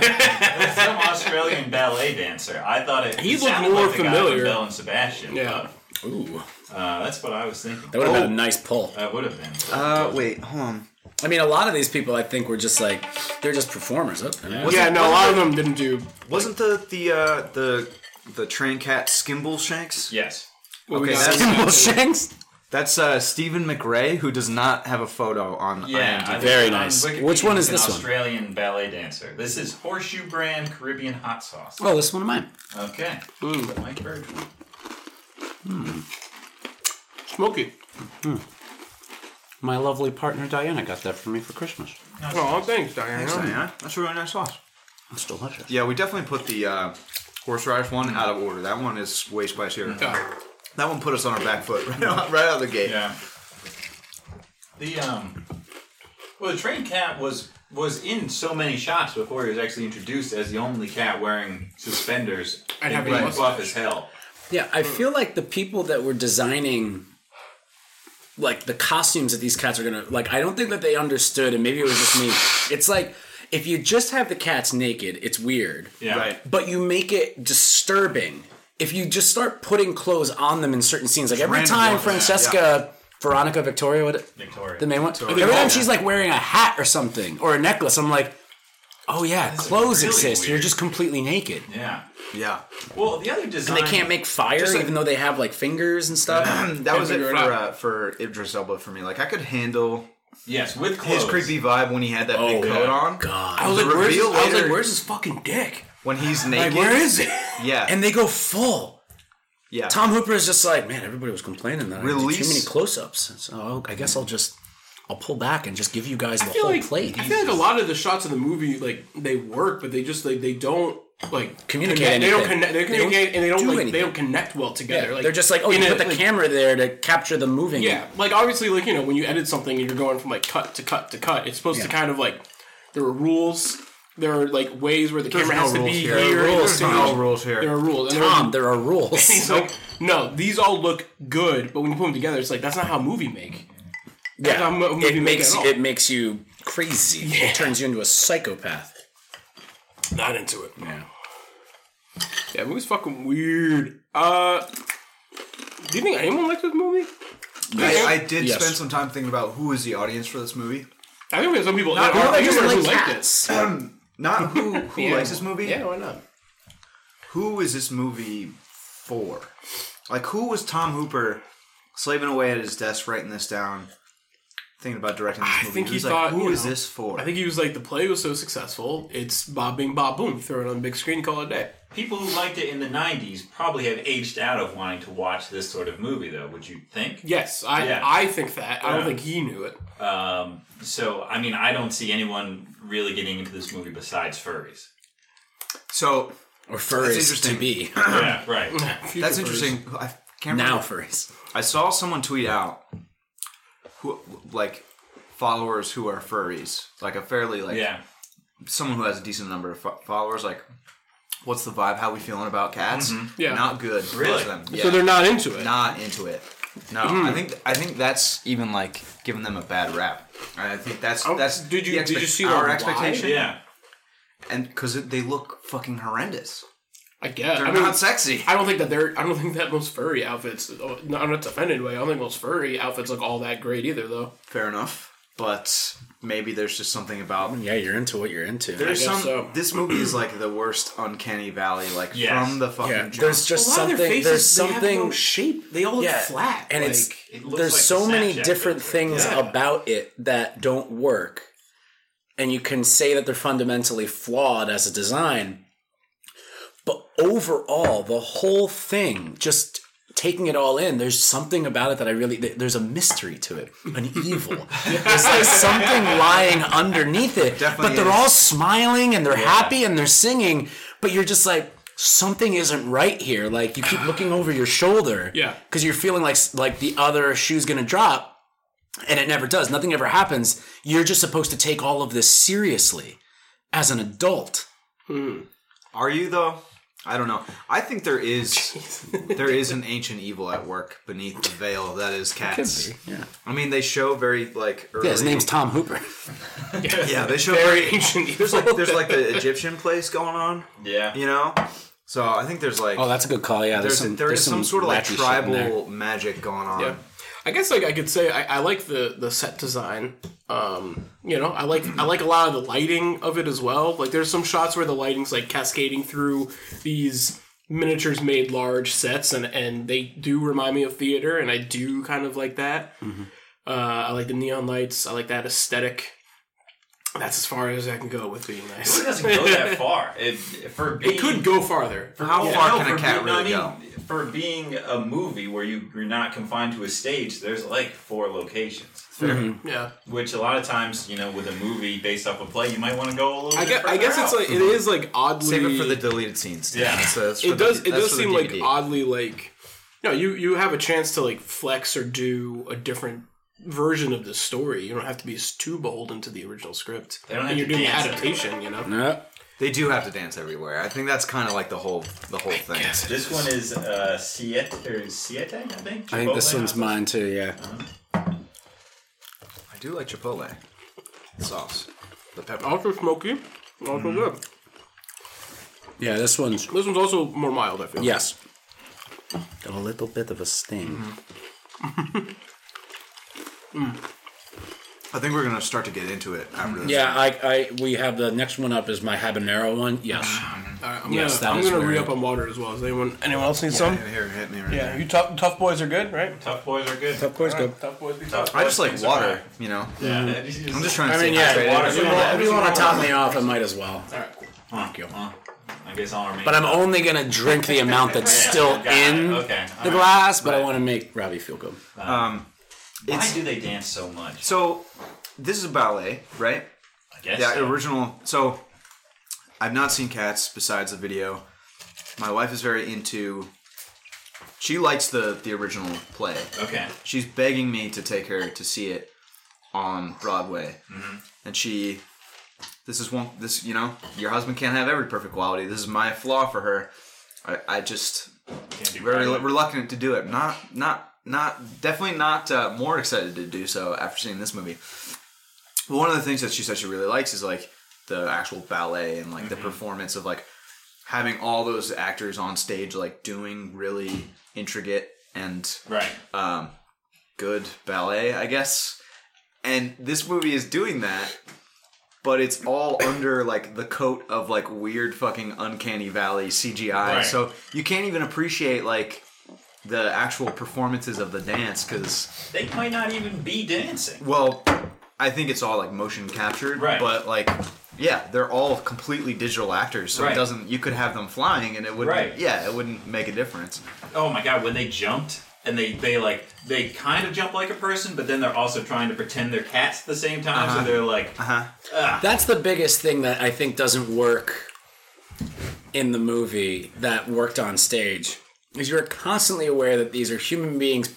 Some Australian ballet dancer. I thought it. He it looked sounded more like the guy from familiar. Belle and Sebastian. Yeah. Ooh, but, uh, that's what I was thinking. that would have Oh. been a nice pull. That would have been. Uh, wait, hold on. I mean, a lot of these people, I think, were just like they're just performers. Up there. Yeah, no, a lot of them didn't do Wasn't the the uh, the the train cat Skimble Shanks? Yes. what we Okay, got. that's- Shanks. That's uh, Stephen McRae, who does not have a photo on Yeah, I IMDb. looked Very it on nice. Wikipedia. Which one is It's this an one? Australian ballet dancer. This is Horseshoe Brand Caribbean Hot Sauce. Oh, this one of mine. Okay. Mm. Mike Bird. Smokey. My lovely partner Diana got that for me for Christmas. Oh, thanks, Diana. Yeah, that's a really nice sauce. It's delicious. Yeah, we definitely put the uh, horseradish one out of order. That one is way spicier. Mm-hmm. Yeah. That one put us on our back foot right out, right out of the gate. Yeah. The um, well, the train cat was was in so many shots before he was actually introduced as the only cat wearing suspenders And having a being mustache. buff as hell. Yeah, I feel like the people that were designing like the costumes that these cats are gonna like, I don't think that they understood, and maybe it was just me. It's like if you just have the cats naked, it's weird. Yeah. Right. But you make it disturbing if you just start putting clothes on them in certain scenes. Like every random time ones, Francesca Veronica Victoria what Victoria. the main one every time she's like wearing a hat or something or a necklace, I'm like, Oh yeah, is clothes really exist. You're weird. just completely naked. yeah. Yeah. Well, the other design. And they can't make fire like- even though they have like fingers and stuff. That was it figure for it out. uh, for Idris Elba for me. Like I could handle Yes, with clothes. his creepy vibe when he had that big Oh, coat yeah. on. God. I was, like, where's his, reveal I was later- like, where's his fucking dick? When he's Like, naked. where is it? Yeah. And they go full. yeah. Tom Hooper is just like, man, everybody was complaining that I did too Release- many close-ups. So I'll- I guess I'll just, I'll pull back and just give you guys the I feel whole like plate. I feel like a lot of the shots in the movie like they work, but they just like they don't like Communicate Connect. They don't anything. connect. They They don't don't communicate, and they do don't like, anything. they don't connect well together. Yeah, like, they're just like, oh, you in put a- the like, camera there to capture the moving. Yeah, like obviously, like you know, when you edit something and you're going from like cut to cut to cut, it's supposed to Yeah. kind of like there are rules. There are like ways where the camera no has to rules be here. here. There are and rules, there are Tom. things- Rules here. There are rules. And there are- Tom, there are rules. He's like, no, these all look good, but when you put them together, it's like that's not how a movie make. yeah, not a mo- movie it makes maker at all. it makes you crazy. It turns you into a psychopath. Not into it. Yeah. Yeah, movie's fucking weird. Uh, do you think anyone liked this movie? I, I did Yes. spend some time thinking about who is the audience for this movie. I think we have some people that who are likes- humor Just who like liked it. cats. Not who who likes this movie. Yeah, why not? Who is this movie for? Like who was Tom Hooper slaving away at his desk writing this down? Thinking about directing this I movie. think he was like, thought, who you is know, this for? I think he was like, the play was so successful, it's Bob Bing Bob Boom. Throw it on the big screen, call it a day. People who liked it in the '90s probably have aged out of wanting to watch this sort of movie, though. Would you think? Yes, I Yeah. I think that. I Yeah. don't think he knew it. Um, so, I mean, I don't see anyone really getting into this movie besides furries. so or furries to interesting. be yeah, right. that's Future interesting. I can't remember now furries. I saw someone tweet out who like followers who are furries, like a fairly like Yeah. someone who has a decent number of fo- followers. Like, what's the vibe? How we feeling about cats? Mm-hmm. Yeah. not good. most of Really? them. verse. Yeah. So they're not into it. not into it. No, I think I think that's even like giving them a bad rap. I think that's Oh, that's did you- the did you see our why? expectation? Yeah. and because they look fucking horrendous. I guess. They're I mean, not sexy. I don't think that they're. I don't think that most furry outfits. oh, no, I'm not offended by. it. I don't think most furry outfits look all that great either, though. Fair enough, but maybe there's just something about Yeah, you're into what you're into. There's guess some. so. This movie is like the worst Uncanny Valley, like Yes. from the fucking. yeah, jump. there's just something. there's something. shape. They all look Yeah, flat. and it's It looks there's like so the many Snapchat different picture. things Yeah. about it that don't work and you can say that they're fundamentally flawed as a design but overall the whole thing just taking it all in there's something about it that i really th- there's a mystery to it an evil there's like something lying underneath it Definitely but they're is. all smiling and they're happy and they're singing but you're just like something isn't right here. Like you keep looking over your shoulder. Yeah. Because you're feeling like like the other shoe's gonna drop, and it never does. Nothing ever happens. You're just supposed to take all of this seriously as an adult. Are you though? I don't know. I think there is there is an ancient evil at work beneath the veil that is cats. Yeah. I mean, they show very like early. Yeah. His name's Tom Hooper. yeah. They show Very very ancient evil. there's like there's like the Egyptian place going on. Yeah. You know, so I think there's like Oh, that's a good call. Yeah. There's, there's some, there there's is some, sort of like wacky shit in there. tribal magic going on. Yeah. I guess like I could say I, I like the the set design. Um, you know, I like I like a lot of the lighting of it as well. Like there's some shots where the lighting's like cascading through these miniatures made large sets and and they do remind me of theater and I do kind of like that. Uh, I like the neon lights. I like that aesthetic. That's as far as I can go with being nice. It doesn't go that far. It for being, It could go farther. For, How far can for a cat being- really I mean, For being a movie where you, you're not confined to a stage, there's like four locations. Yeah. Which a lot of times, you know, with a movie based off a play, you might want to go a little. I bit guess, I further guess it's out. like it is like oddly Save it for the deleted scenes. Yeah. So that's for it the- does it that's does for the seem like DVD. oddly like you know you you have a chance to like flex or do a different version of the story you don't have to be s- too beholden to the original script They don't and have you're to doing dance. adaptation you know Yeah. They do have to dance everywhere. I think that's kind of like the whole the whole thing. This one is uh, Siete or Siete, I think. I Oh, think this Chipotle one's hot mine too. Yeah. I do like Chipotle sauce, the pepper. also smoky also Mm-hmm. good Yeah. This one's this one's also more mild i feel yes. Got a little bit of a sting. I think we're gonna start to get into it after this. Yeah, I, I we have the next one up is my habanero one. Yes. All right, i'm Yes, that gonna, I'm was gonna very- re-up on water as well Does anyone anyone else need some Here, here, hit me right yeah there. you tough tough boys are good right Tough boys are good. Of course, go. tough boys be tough Tough I just boys like things are water, right. you know. Yeah. I'm just trying to. I mean, stay yeah, hydrated. water. if you want, if you want to top me off, I might as well. Thank you. I guess I'll remain. But I'm only gonna drink the amount that's still Got it. in Okay. the All right. glass, but I want to make Robbie feel good. Why It's- do they dance so much? So, this is a ballet, right? I guess. Yeah, so. original. So, I've not seen Cats besides the video. My wife is very into. She likes the the original play. Okay. She's begging me to take her to see it on Broadway, and she. This is one. This you know, your husband can't have every perfect quality. This is my flaw for her. I, I just Can't do very right. reluctant to do it. Not not not definitely not uh, more excited to do so after seeing this movie. But one of the things that she said she really likes is like the actual ballet and like the performance of like having all those actors on stage like doing really intricate and Right. um, good ballet, I guess. And this movie is doing that, but it's all under like the coat of like weird fucking uncanny valley CGI. Right. So you can't even appreciate like the actual performances of the dance because They might not even be dancing. well, I think it's all like motion captured, Right. but like yeah, they're all completely digital actors, so Right. it doesn't. You could have them flying, and it wouldn't. Right. Yeah, it wouldn't make a difference. Oh my god, when they jumped and they they like they kind of jump like a person, but then they're also trying to pretend they're cats at the same time. So they're like, Uh-huh. That's the biggest thing that I think doesn't work in the movie that worked on stage is you're constantly aware that these are human beings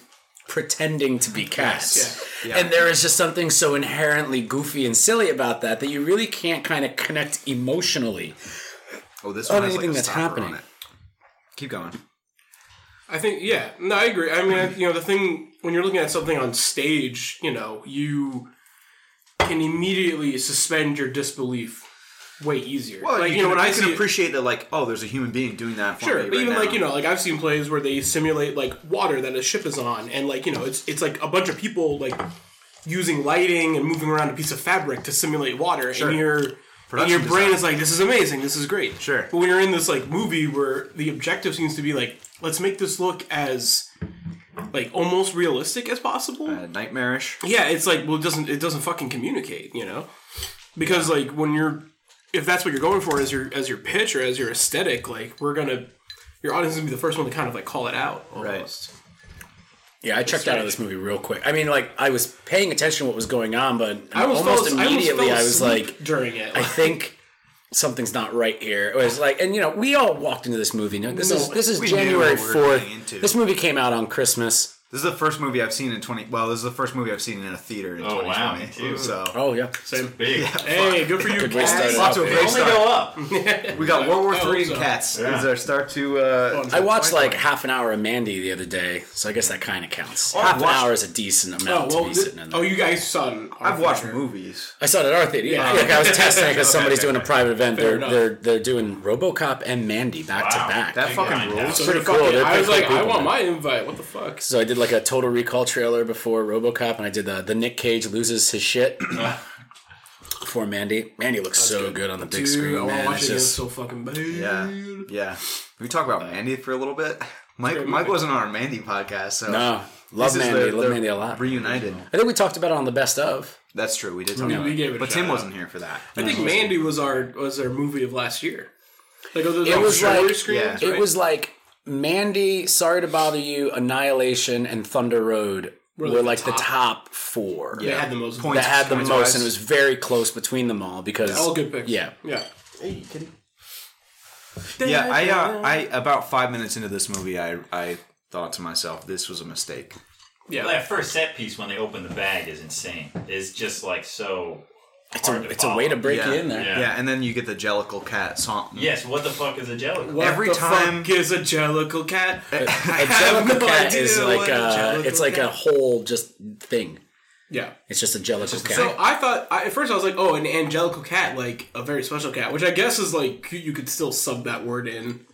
pretending to be cats. yeah. And there is just something so inherently goofy and silly about that that you really can't kind of connect emotionally. Oh, this Other one has like thing a that's stopper happening. on it. Keep going. I think yeah, no, I agree. I mean, I- you know, the thing when you're looking at something on stage, you know, you can immediately suspend your disbelief way easier. Well, like you, you, know, can, when I you can see appreciate that, like, oh, there's a human being doing that. For sure, me but right even now. like you know, like I've seen plays where they simulate like water that a ship is on, and like you know, it's it's like a bunch of people like using lighting and moving around a piece of fabric to simulate water, and your and Production your brain design. is like, this is amazing, this is great. Sure. But when you're in this like movie where the objective seems to be like, let's make this look as like almost realistic as possible. uh, nightmarish. yeah, it's like well, it doesn't it doesn't fucking communicate, you know? Because like when you're if that's what you're going for as your as your pitch or as your aesthetic, like we're gonna your audience is gonna be the first one to kind of like call it out almost. Yeah, I checked out of this movie real quick. I mean, like I was paying attention to what was going on, but I almost, almost fell, immediately I, was like, during it. I think something's not right here. It was like, and you know, we all walked into this movie. knowing This is this is we knew January what we were getting into. fourth. This movie came out on Christmas. This is the first movie I've seen in twenty. Well, this is the first movie I've seen in a theater in Oh, wow, 2020. me too. So Oh yeah, Same. Big. Hey, good for you, Good way to guys. start it Off to a out. great Only start. go up. we got World War I Three hope and so. Cats. Yeah. Is our start to. Uh, I watched like half an hour of Mandy the other day, so I guess that kind of counts. Oh, I half an watched- hour is a decent Oh, amount well, to be thi- sitting in there. oh, you guys saw it. I've watched movies. I saw it at our theater. Yeah, Yeah. like I was testing because Okay, somebody's okay, doing a okay. private event. They're enough. they're they're doing RoboCop and Mandy back to Wow. back. That Big fucking mind rules. house. pretty Fuck cool. it. They're I was pretty like, cool I want people, my invite. What the fuck? So I did like a Total Recall trailer before RoboCop, and I did uh, the the Nick Cage loses his shit before Mandy. Mandy looks so good. on the big Dude, screen, I want to man. watch It's it again just- so fucking bad. Yeah, yeah. Can we talk about Mandy for a little bit? Mike, Mike wasn't on our Mandy podcast, so no, This oh, love is Mandy, their- love their Mandy a lot. Reunited. I think we talked about it on the best of. That's true. We did talk about we it. gave it a but shout Tim out. wasn't here for that. I think Mandy was our was our movie of last year. Like it was, It was like screens, yeah. it right? was like Mandy, Sorry to Bother You, Annihilation, and Thunder Road were, like the top, four. They had the most Points. that had the Points most, wise. and it was very close between them all because All good picks. Yeah, yeah. Yeah, I, uh, I about five minutes into this movie, I, I thought to myself, this was a mistake. Well, that first set piece when they open the bag is insane. It's just like so. it's a, it's a way to break Yeah. you in there. Yeah. Yeah. and then you get the Jellicle cat song. Yes, what the fuck is a jelly? What Every the time- fuck is a jellicle cat. I A have Jellicle no cat idea is what like a a, Jellicle it's like a cat- whole just thing. yeah. It's just a Jellicle cat. So I thought I, at first I was like, oh, an angelical cat, like a very special cat, which I guess is like you could still sub that word in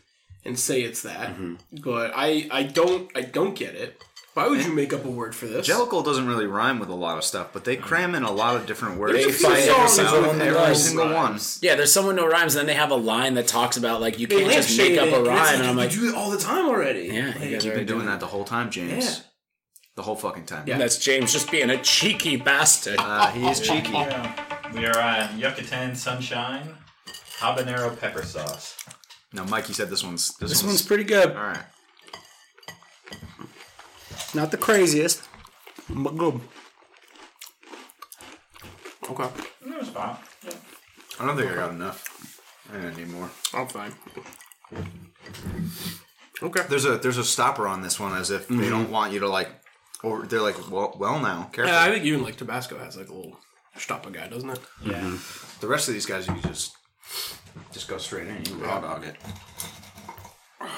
and say it's that. Mm-hmm. But I I don't I don't get it. Why would you make up a word for this? Jellicle doesn't really rhyme with a lot of stuff, but they cram in a lot of different words. They find every every single, single one that every does. single one. yeah, there's someone no rhymes, and then they have a line that talks about like you They can't just lampshade make up it, a it's rhyme, and I'm like, you do it all the time already. yeah, you guys are Been already doing doing that the whole time, James. Yeah. The whole fucking time. Yeah. That's James just being a cheeky bastard. Uh, he is cheeky. Yeah. We are on Yucatan Sunshine Habanero Pepper Sauce. No, Mikey said this one's this, this one's, one's pretty good. all right. Not the craziest, but good. Okay, That was Mm, fine. I don't think I got enough. I don't need more. I'm fine. Okay. There's a there's a stopper on this one as if they don't want you to like, or they're like, well, well now, careful. Yeah, I think even like Tabasco has like a little stop a guy, doesn't it? Yeah. the rest of these guys, you just just go straight in. You raw dog it.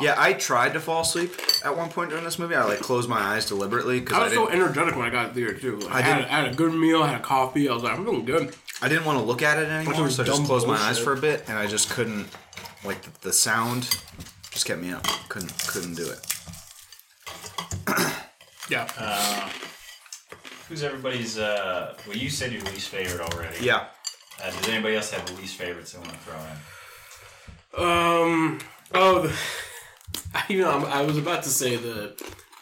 Yeah, I tried to fall asleep at one point during this movie. I like closed my eyes deliberately because I I, was so didn't energetic when I got there too. Like, I, had, didn't- I had a good meal, I had a coffee. I was like, I'm feeling good. I didn't want to look at it anymore, Fucking so I dumb just closed my eyes bullshit. for a bit, and I just couldn't. Like the, the sound just kept me up. Couldn't couldn't do it. Yeah. Who's everybody's? uh Well, you said your least favorite already. Yeah, Uh, does anybody else have a least favorite they want to throw in? Um. Oh, the, I, you know, I'm- i was about to say the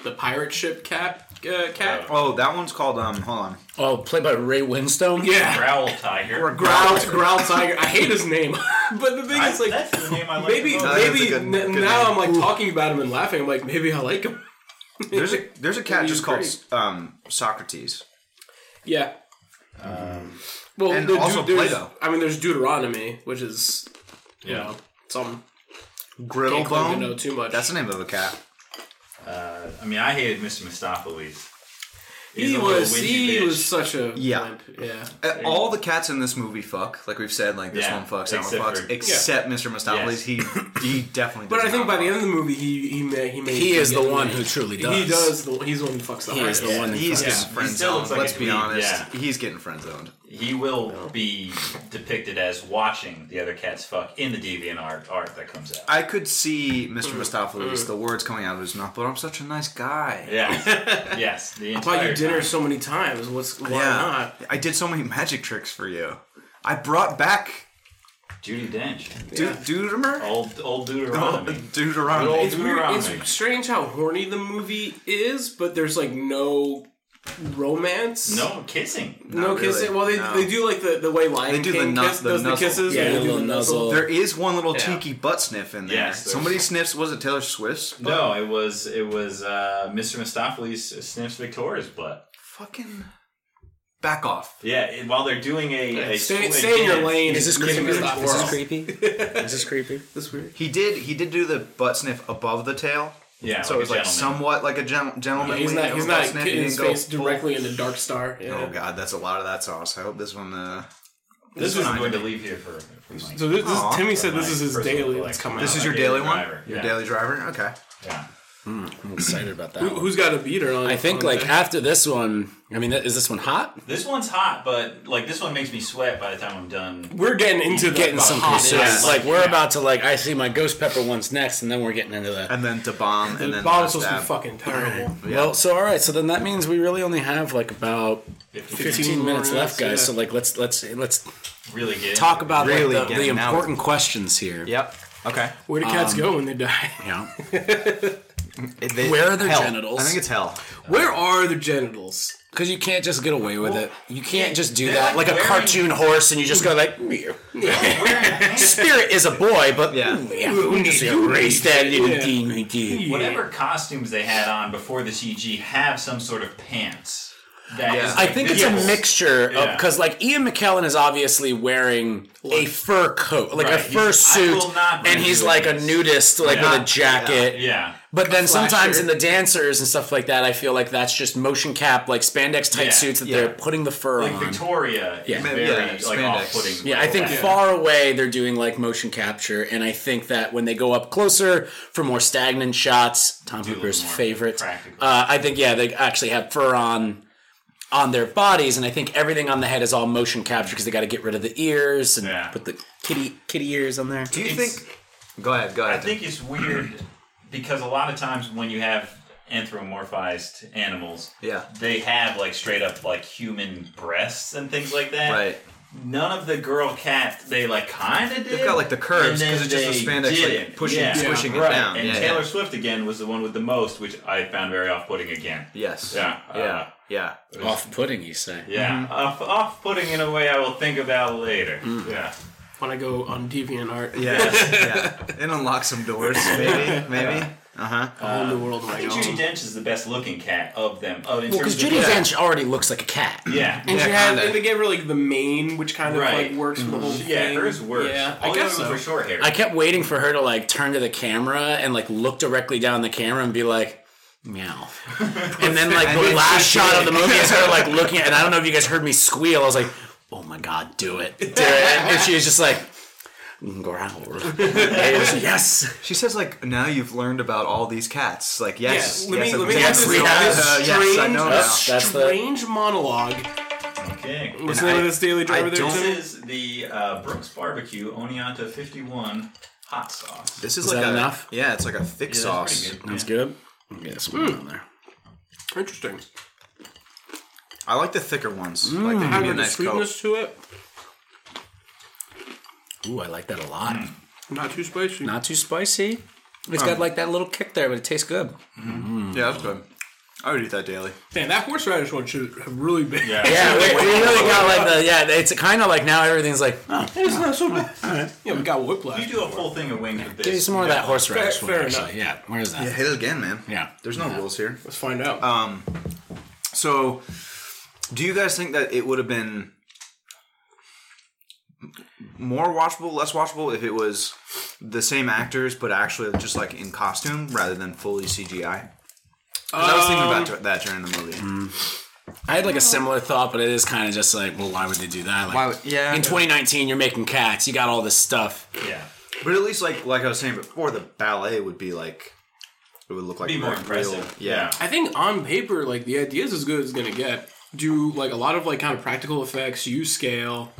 the pirate ship cat. Uh, cat. Oh, that one's called um. Hold on. Oh, played by Ray Winstone. Yeah. Growl Tiger. Growl, growl tiger. I hate his name, but the thing I- is, like, that's the name I like. maybe, the most. that's a maybe good- n- good now name. I'm like talking about him and laughing. I'm like, maybe I like him. There's a there's a cat He's just called great. um Socrates. Yeah. Um. Well, Um, and the, also there's- Play-Doh. I mean, there's Deuteronomy, which is you know some can't claim to know Griddlebone. too much. That's the name of a cat. Uh, I mean, I hated Mr. Mistopheles. He's he a little was whingy he bitch. was such a Yeah. wimp. yeah. Uh, All the cats in this movie fuck. Like we've said, like this Yeah, one fucks, that one except fucks, for- except Mr. Mistopheles. He he definitely. But does I think not by the fuck. end of the movie, he he may, he may He is the get one laid. who truly does. He does. The, he's the one who fucks the He is hardest. the one. who He's fucks- getting friend He still zoned. looks like Let's a be dweeb, honest. yeah. He's getting friend zoned. He will be depicted as watching the other cats fuck in the deviant art, art that comes out. I could see Mm. Mr. Mistopheles, the words coming out of his mouth, but I'm such a nice guy. Yes, yes. The I bought entire you dinner time. so many times. What's why not? I did so many magic tricks for you. I brought back Judy Dench, Deut- Deuteronomy. old old Deuteronomy. Deuteronomy. Good It's weird. Deuteronomy. It's strange how horny the movie is, but there's like no romance. No kissing. No Not really, kissing. Well, they, no. they do like the, the way Lion They do the King nu- kiss, the does the nuzzle. kisses. Yeah, they a do little the nuzzle. There is one little Yeah. cheeky butt sniff in there. Yes, there's- Somebody sniffs. Was it Taylor Swift's? butt? No, it was it was uh, Mr. Mistopheles sniffs Victoria's butt. Fucking. Back off. Yeah, and while they're doing a, a Stay, school- stay in your again, lane. Is this You're creepy? gonna Is be the this world. creepy? Is this creepy? This weird. He did. He did do the butt sniff above the tail. Yeah, So like it was a like gentleman. somewhat like a gen- gentleman. He's leaning not. He's over butt not sniff. He getting his didn't go face full- directly into Dark Star. Oh Yeah. god, that's a lot of that sauce. I hope this one. Uh, This is one I going to did. leave here for, for Mike. So this, this Aw. Timmy said this My is his personal daily that's collection. coming. This out. is your My daily, daily one. driver, Your Uh, yeah. daily driver. Okay. yeah. I'm excited about that. Who- one. who's got a beater on? I think on like that? after this one, I mean, is this one hot? This one's hot, but like this one makes me sweat by the time I'm done. we're getting into the, Getting the some hot concerns. yeah. Like we're Yeah. about to like I see my ghost pepper one's next, and then we're getting into the. And then to bomb, and then Bottle's to supposed to be stab. fucking terrible. Well, so all right, so then that means we really only have like about 15, 15 minutes more left, minutes, guys. yeah. So like let's let's let's really get talk into it. about like, Really the, the getting out. important questions here. Yep. Okay. Where do cats go when they die? Yeah. It- they- Where are their hell. genitals? I think it's hell. Where are the genitals? Because you can't just get away with it. You can't just do they're that like, like a wearing- cartoon horse, and you just go like, "Meow." Wearing pants. "Spirit is a boy," but Yeah. yeah, we just erase that little Yeah. thing right there. Whatever costumes they had on before the CG have some sort of pants. That Yeah. is, I like, think it's this- a mixture of Yeah. because like Ian McKellen is obviously wearing a fur coat, like a Right. fur He's- I suit, will not and be he's doing like a this. nudist, like Yeah. with a jacket. Yeah. But then sometimes flasher. in the dancers and stuff like that, I feel like that's just motion cap, like spandex tight Yeah. suits that Yeah. they're putting the fur Like on. Victoria Yeah. is Yeah, very like spandex. off-putting. Yeah, I think Yeah. far away they're doing like motion capture, and I think that when they go up closer for more stagnant shots, Tom a Hooper's little more favorite, uh, practical. I think yeah they actually have fur on on their bodies, and I think everything on the head is all motion capture because they got to get rid of the ears and Yeah. put the kitty kitty ears on there. Do you It's- think? Go ahead. Go I ahead. think it's weird because a lot of times when you have anthropomorphized animals, Yeah. they have like straight up like human breasts and things like that. Right. None of the girl cat they like kind of did. They've got like the curves and then because it's just the they spandex like didn't. pushing, Yeah. pushing Right. it down. And yeah, Taylor yeah. Swift again was the one with the most, which I found very off-putting again. Yes. Yeah, Yeah. uh, yeah. Off putting, you say? Yeah, off, off-putting in a way I will think about later. Mm. Yeah, When I go on DeviantArt, yeah. Yes, yeah. It unlocks some doors, maybe. Maybe. Uh huh. a whole new world oh. when I I go. think Judy Dench is the best-looking cat of them. Of in Because terms Judy of, Dench already looks like a cat. yeah, And Yeah, she had, kinda. and they gave her like the mane, which kind of Right. like works for the whole thing. yeah, hers worse. Mm-hmm. Yeah, All I the guess other so. ones were short hair. I kept waiting for her to like turn to the camera and like look directly down the camera and be like, meow. And then like the then last she shot of did. the movie is her like looking at, and I don't know if you guys heard me squeal. I was like, oh my god, do it. Do it. And she was just like, growl. And it was, yes. She says like, now you've learned about all these cats. Like yes, Yes, let yes, me- I'm let me yes, ask this- yes, this uh, yes, I strange- know now. That's, that's the. Strange monologue. okay. What's And the name I- of this daily driver I there, don't- This Tim? is the uh, Brooks Barbecue Oneonta 51 hot sauce. This is, Is like that a, enough? Yeah, it's like a thick Yeah, that's sauce. pretty good. That's good. Yes, we're down there. Interesting. I like the thicker ones. Like they give you Had a like a nice coat. sweetness to it. Ooh, I like that a lot. Not too spicy. Not too spicy. It's got like that little kick there, but it tastes good. Yeah, that's good. I would eat that daily. Man, that horseradish one should have really been. Yeah. Yeah, we, we really got like the yeah. It's kind of like now everything's like oh, It's not so bad. Yeah, we got whiplash. You do a full thing of wings with this. Give me some more of that horseradish Fair- one, fair actually. Yeah, where is that? Yeah, hit it again, man. Yeah. There's no rules here. Let's find out. So, do you guys think that it would have been more watchable, less watchable, if it was the same actors but actually just like in costume rather than fully CGI? 'Cause I was thinking about Um, dur- that during the movie. I had like a similar thought, but it is kind of just like, well, why would they do that? Like, Why would- yeah. In 2019, you're making cats. You got all this stuff. Yeah. But at least, like like I was saying before, the ballet would be like it would look like Be more real- impressive. Yeah. I think on paper, like the idea is as good as it's gonna get. Do like a lot of like kind of practical effects, use scale,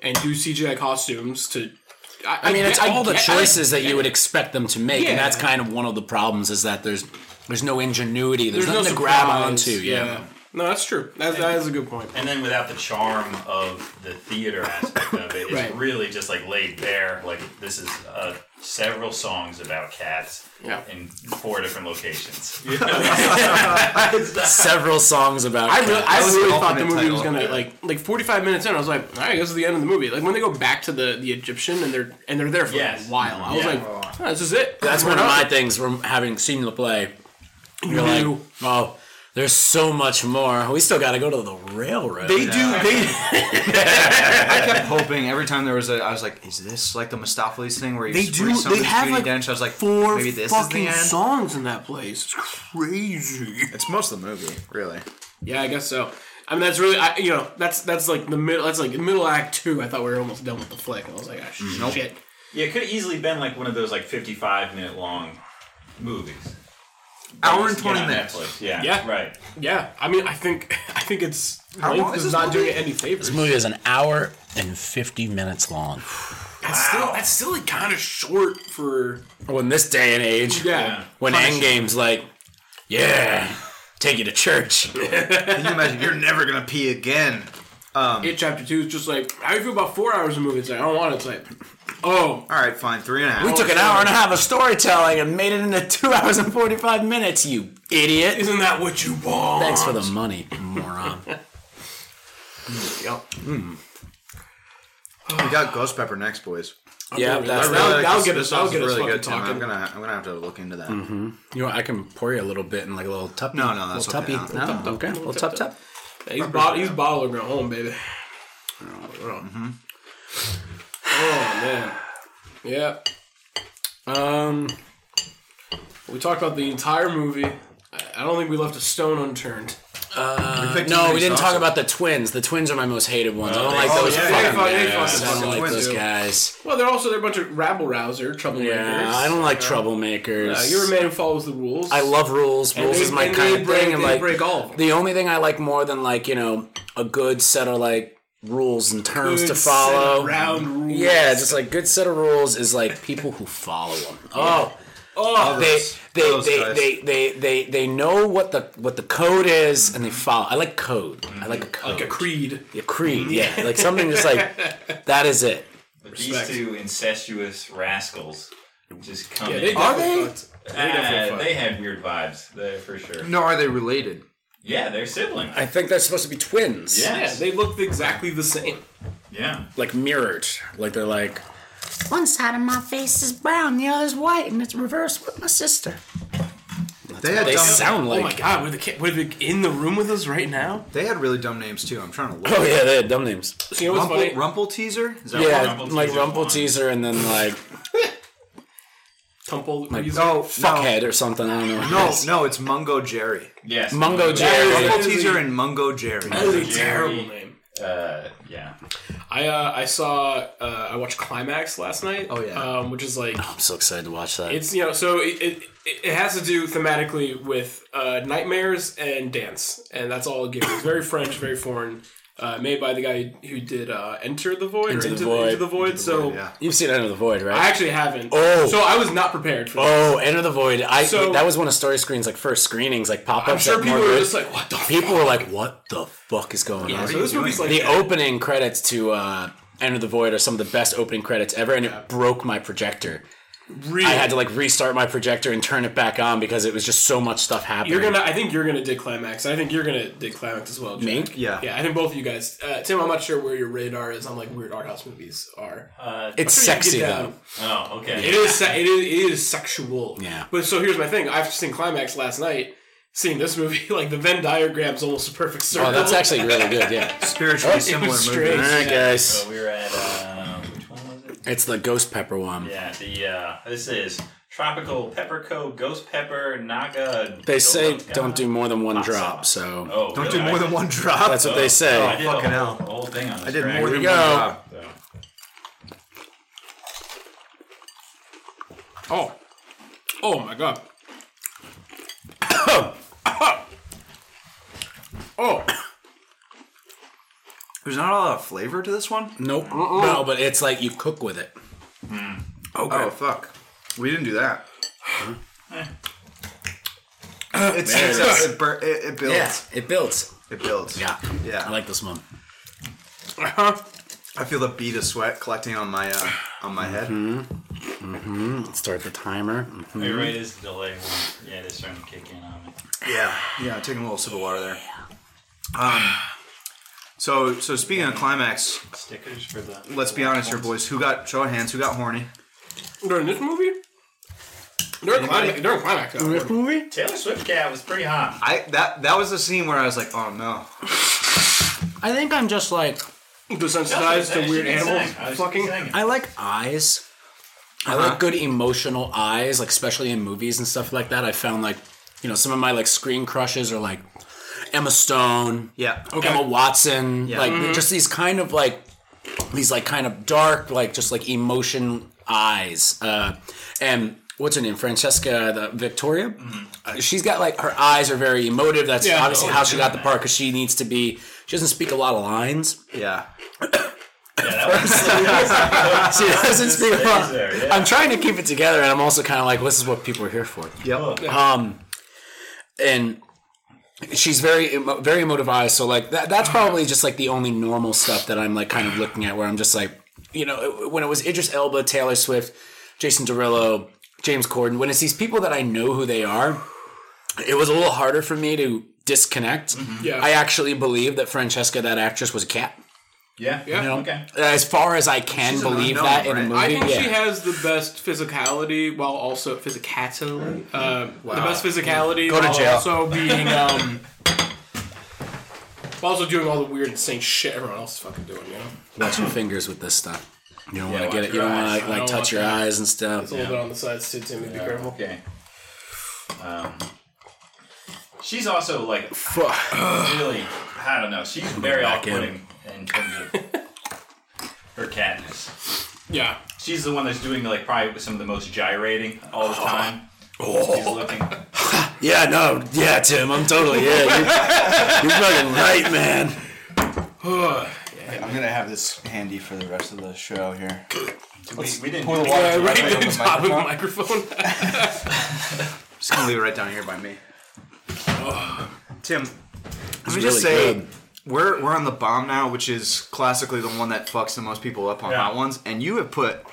and do CGI costumes to. I, I mean, it's get- I all the get- choices I- that you would expect them to make, and Yeah. that's kind of one of the problems is that there's there's no ingenuity. There's, There's no nothing to grab surprise. onto. Yeah. No, that's true. That's, that is a good point. And then without the charm of the theater aspect of it, it's Right. really just like laid bare. Like this is uh, several songs about cats Yeah. in four different locations. several songs about. I really, I That was really the thought the ultimate movie was title, gonna yeah. like like forty five minutes in. I was like, all right, this is the end of the movie. Like when they go back to the the Egyptian and they're and they're there for Yes. a while. I was Yeah. like, oh, this is it. That's We're one of done. my things from having seen the play. You're You. like, oh, There's so much more. We still got to go to the railroad. They do. They. I kept hoping every time there was a. I was like, is this like the Mistopheles thing where you They just do- read something they have, Judi like, Dench? I was like, Four maybe this is the fucking end. songs in that place. It's crazy. It's most of the movie, really. Yeah, I guess so. I mean, that's really, I, you know, that's that's like the middle. That's like middle act two. I thought we were almost done with the flick, and I was like, ah, shit. Yeah, it could have easily been like one of those like 55 minute long movies. Hour and Just get twenty on minutes. Netflix. Yeah, Yeah. right. Yeah, I mean, I think I think it's length long is is this not doing movie? it any favors. This movie is an hour and 50 minutes long. That's still that's still like kind of short for Well, in this day and age, yeah. when Endgame's like, yeah, take you to church. Can you imagine? You're never gonna pee again. It chapter two is just like how do you feel about four hours of movie? It's like I don't want it. It's like oh All right, fine. Three and a half. We took an hour and a half of storytelling and made it into two hours and 45 minutes, you idiot. isn't that what you want? Thanks for the money, moron. Yep. We got ghost pepper next, boys. yeah, that's That'll- I really like that'll this- get this us- that'll sauce is get us really fucking good. Tim. I'm talking. gonna, I'm gonna have to look into that. You know, I can pour you a little bit in like a little tuppy. No, no, that's little okay. tuppy. No, No, okay, little tup tup. He's, bottle, he's bottling her home, baby. Oh man, yeah. Um, we talked about the entire movie. I I don't think we left a stone unturned. picked too No, many we didn't talk sauces. about the twins. The twins are my most hated ones. I don't like those. yeah, fucking yeah, fuck- yeah, guys. fuck I don't the like twins, those dude. guys. Well, they're also they're a bunch of rabble rouser troublemakers. Yeah, I don't like troublemakers. Uh, you're a man who follows the rules. I love rules. Rules they- is my and kind they of break- thing. And they like break all of them. the only thing I like more than like you know a good set of like rules and terms Good to set follow. of round rules. Yeah, just like good set of rules is like people who follow them. Oh, Oh, they they Those they, guys. they they they they know what the what the code is and they follow. I like code. I like a code. like a creed. a creed. Yeah, like something just like that is it. But Respect. these two incestuous rascals just come Yeah, in. they Are definitely they? fucked. Ah, definitely fucked. they had weird vibes, there for sure. No, are they related? Yeah, they're siblings. I think they're supposed to be twins. Yeah, Yes. they looked exactly the same. yeah. Like mirrored. Like they're like One side of my face is brown, the other's white, and it's reversed with my sister. they had they dumb, sound oh my like. god, were the kid, were they in the room with us right now? They had really dumb names too. I'm trying to look. Oh yeah, they had dumb names. So you know what's Rumple, funny? Rumple teaser? Is that Yeah, Rumpelteazer like Rumple one. Teaser and then like Tumple. Like- Oh, Fuckhead or something. I don't know. No, no, no, it's Mungo Jerry. Yes. Mungo Jerry. Rumple teaser and Mungo Jerry. that is a Jerry. terrible name. Uh, yeah. I uh, I saw uh, I watched Climax last night. Oh, yeah. um, which is like I'm so excited to watch that. it's you know so it it, it- it has to do thematically with uh, nightmares and dance, and that's all it gives. It's very French, very foreign. Uh, made by the guy who did uh, Enter the Void, Into or the into, Void. into the Void. so yeah. You've seen Enter the Void, right? I actually haven't. Oh. so I was not prepared for. That. Oh, Enter the Void! I So- that was one of Story Screen's like first screenings, like pop ups. I'm sure people were just like, "What the?" people were like, "What the fuck is going Yeah, on?" so this movie's like the opening credits to uh, Enter the Void are some of the best opening credits ever, and it broke my projector. really. I had to like restart my projector and turn it back on because it was just so much stuff happening. You're gonna. I think you're gonna dig climax. I think you're gonna dig climax as well. Jack. Me? Yeah. Yeah. I think both of you guys. Uh, Tim, I'm not sure where your radar is on like weird art house movies are. Uh, It's Pretty sexy good, though. um, oh, okay. It is. se- It is. It is sexual. Yeah. But so here's my thing. I've seen climax last night. Seeing this movie, like the Venn diagram's almost a perfect circle. Oh, that's actually really good. Yeah. Spiritually It similar was movie. strange. right, guys. So we were at uh, which one was it? It's the ghost pepper one. Yeah, the uh, this is tropical pepperco, ghost pepper, naga. They say Doloka. don't do more than one drop, sauce. so Oh, Don't really? do more I- than one drop. that's what they say. I did a Fucking whole, hell. whole thing on this. I did track. more than go. one drop. So, Oh. Oh my god. oh. There's not a lot of flavor to this one. Nope. No, but it's like you cook with it. Okay. Oh fuck. We didn't do that. It's, it's, is. it, bur- it, it builds. it builds. It builds. Yeah, Yeah. I like this one. I feel the bead of sweat collecting on my uh, on my head. Mm-hmm. Let's start the timer. Mm-hmm. Wait, right, this is the delay one. Yeah, they're starting to kick in on me. Yeah, yeah. Taking a little sip of water there. Um. So so speaking of climax, Stickers for the. let's be honest here, boys. Who got show of hands? Who got horny? During this movie, During climax, during climax hour. This movie? Taylor Swift cat was pretty hot. I that that was the scene where I was like, oh no. I think I'm just like Desensitized to weird animals. Fucking. I like eyes. I like good emotional eyes, like especially in movies and stuff like that. I found like you know some of my like screen crushes are like Emma Stone, Yeah. Emma Watson, like just these kind of like these like kind of dark, like just like emotion eyes. Uh, and what's her name, Francesca the Victoria? Uh, she's got like her eyes are very emotive. That's Yeah. obviously how she got the part because she needs to be. She doesn't speak a lot of lines. Yeah. She doesn't speak a lot. there, yeah. I'm trying to keep it together, and I'm also kind of like, this is what people are here for. Yep. Um, And she's very, emo- very emotive eyes. So like that, that's probably just like the only normal stuff that I'm like kind of looking at, where I'm just like, you know, when it was Idris Elba, Taylor Swift, Jason Derulo, James Corden, when it's these people that I know who they are, it was a little harder for me to disconnect. Yeah. I actually believe that Francesca, that actress, was a cat. Yeah. Yeah. You know? Okay. As far as I can She's an believe unknown, that in a right? movie, I think yeah. she has the best physicality while also physicality. Uh, The best physicality Go to while jail. also being um, while also doing all the weird insane shit everyone else is fucking doing. You know, Watch your fingers with this stuff. You don't want watch to get it. You your don't want eyes. to I like don't touch want your that. eyes and stuff. it's a little bit on the sides too, Timmy. Be careful. Okay. Um, she's also like Fuck. really, I don't know. She's very off-putting in terms of her catness. Yeah, She's the one that's doing like probably some of the most gyrating all the time. She's looking. Yeah, no, yeah, Tim, I'm totally yeah. You're, you're fucking right, man. I'm gonna have this handy for the rest of the show here. We, we didn't. Pour the do water yeah right directly to on the top of the microphone. microphone. Just gonna leave it right down here by me. Tim, let me really just say good. we're we're on the bomb now, which is classically the one that fucks the most people up on Yeah. hot ones, and you have put a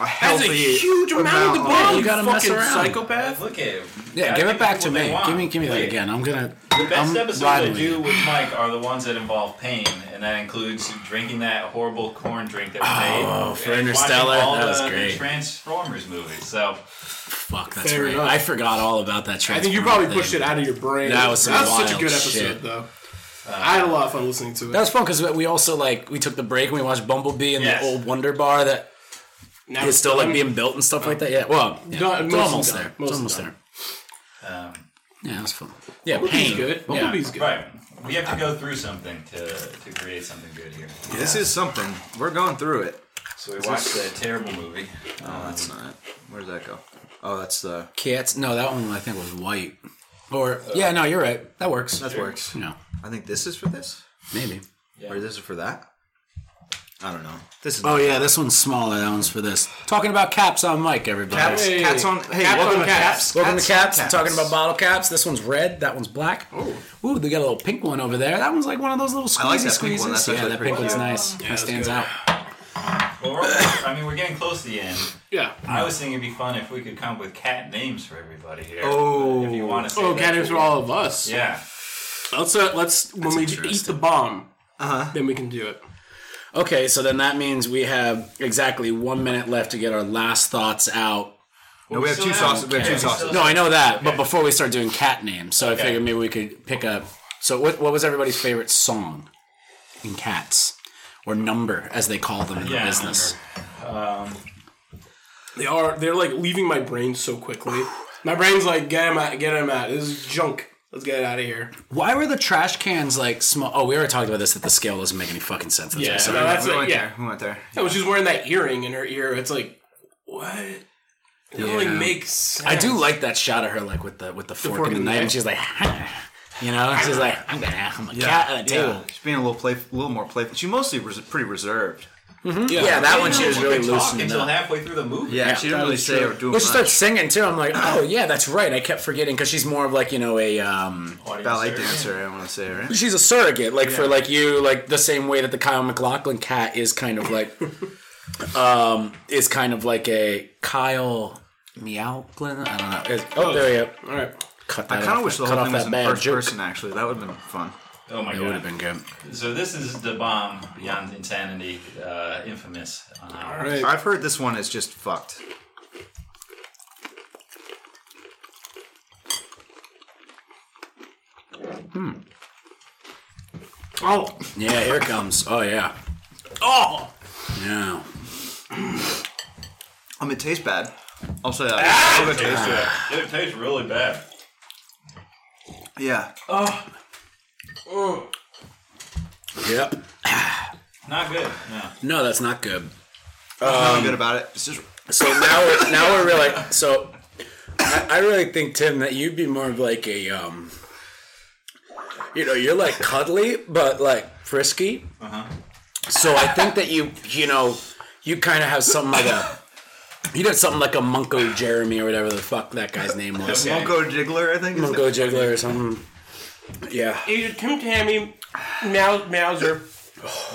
That's healthy a huge amount of the on- bomb. you You gotta mess fucking around. psychopath. Look at him. Yeah, I give think it back that's to what they me. want. Give me, give me that Wait. again. I'm gonna. The best I'm episodes I riding with do you. with Mike are the ones that involve pain, and that includes drinking that horrible corn drink that we made. Oh, for Interstellar, all that was the great. Transformers movies. So Fuck, that's Fair right. enough. I forgot all about that. I think you probably pushed it out of your brain. That was some that's such a wild good episode shit. Uh, though. I had a lot of fun listening to it. That was fun because we also like we took the break and we watched Bumblebee and Yes. the old Wonder Bar that Now is it's still like done. being built and stuff like that. Yeah, well, yeah, Done- it's mostly almost done. there. It's Mostly almost done. there. um, Yeah, that was fun. Yeah, Bumblebee's pain. good. Yeah. Bumblebee's good. right, we have to go through something to to create something good here. This is something. We're going through it. Oh, So we watched that terrible movie. Um, That's not. Where does that go? Oh, that's the. Cats? No, that one I think was white. Or yeah, no, you're right. That works. That works. No, I think this is for this, maybe. or this is for that. I don't know. This is. Oh yeah, this one's smaller. That one's for this. Talking about caps on mic, everybody. Caps, Hey. cats on. Hey, Caps welcome on to caps. caps. Welcome to caps. Talking about bottle caps. This one's red. That one's black. Oh, ooh, they got a little pink one over there. That one's like one of those little squeezy I like that pink squeezes. one. That's yeah, actually that pretty pink one's cool. nice. that's that stands good. out. well, we're, I mean, we're getting close to the end. Yeah. I was thinking it'd be fun if we could come up with cat names for everybody here. Oh. if you want to. Say Oh, that. cat names for all of us. Yeah. Let's uh, let's when we eat the bomb, uh-huh. then we can do it. Okay, so then that means we have exactly one minute left to get our last thoughts out. No, we have two sauces. We have two Okay. sauces. No, I know that, but before we start doing cat names, so I figured maybe we could pick up. So, what, what was everybody's favorite song in Cats, or number as they call them in Yeah, the business? They are they're like leaving my brain so quickly. my brain's like get him out, get him out. This is junk. Let's get it out of here. Why were the trash cans like small? Oh, we already talked about this. That the scale doesn't make any fucking sense. That's Yeah, right. so Sorry. that's we like, went yeah. there. We went there. yeah. When Oh, she's wearing that earring in her ear, it's like what? It doesn't like Yeah. make sense. I do like that shot of her like with the with the fork, fork and the in the knife, and knife. she's like, you know, and she's like, I'm gonna I'm a cat uh, at a table. Yeah, she's being a little play, a little more playful. She mostly was pretty reserved. Yeah, that one she was really Talk loosening until up. halfway through the movie. Yeah, she didn't really say or do When much. she starts singing too, I'm like, oh yeah, that's right. I kept forgetting because she's more of like you know a um, Audience Ballet survey. dancer, I want to say, right? she's a surrogate like for like you like the same way that the Kyle McLaughlin cat is kind of like um is kind of like a Kyle Meowglin. I don't know. It's- oh, there we go. All right. Cut I that kind off. of wish the Cut whole off thing was that in bad first joke. person. Actually, that would have been fun. Oh my It would god. have been good. So this is the bomb beyond insanity, uh, infamous. Um, All right. I've heard this one is just fucked. Oh, Yeah, here it comes. Oh yeah. oh, Yeah. Um, it tastes bad. I'll say that. Ah! It tastes, it tastes really bad. Yeah. Um, Yep. Not good. No. No, that's not good. I'm good about it. It's just So now we're now we're really so. I, I really think Tim that you'd be more of like a um. You know, you're like cuddly, but like frisky. Uh-huh. So I think that you you know you kind of have something like a. You did something like a Munko Jeremy or whatever the fuck that guy's name was. Monko Jiggler, I think. is Munko Jiggler or something. Yeah. Asian Tim Tammy, Mouse Mouser.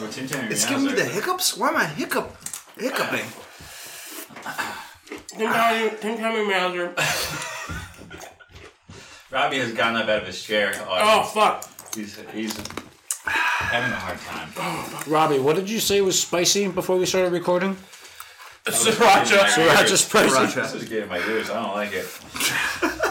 We're Tim Tam It's Yowzer. giving me the hiccups. Why am I hiccup hiccuping? Tim Tammy, Tim Tammy Mouser. Robbie has gotten up out of his chair. Oh Oh, fuck. he's, he's having a hard time. Robbie, what did you say was spicy before we started recording? Sriracha. Sriracha spicy. This is getting in my ears. I don't like it.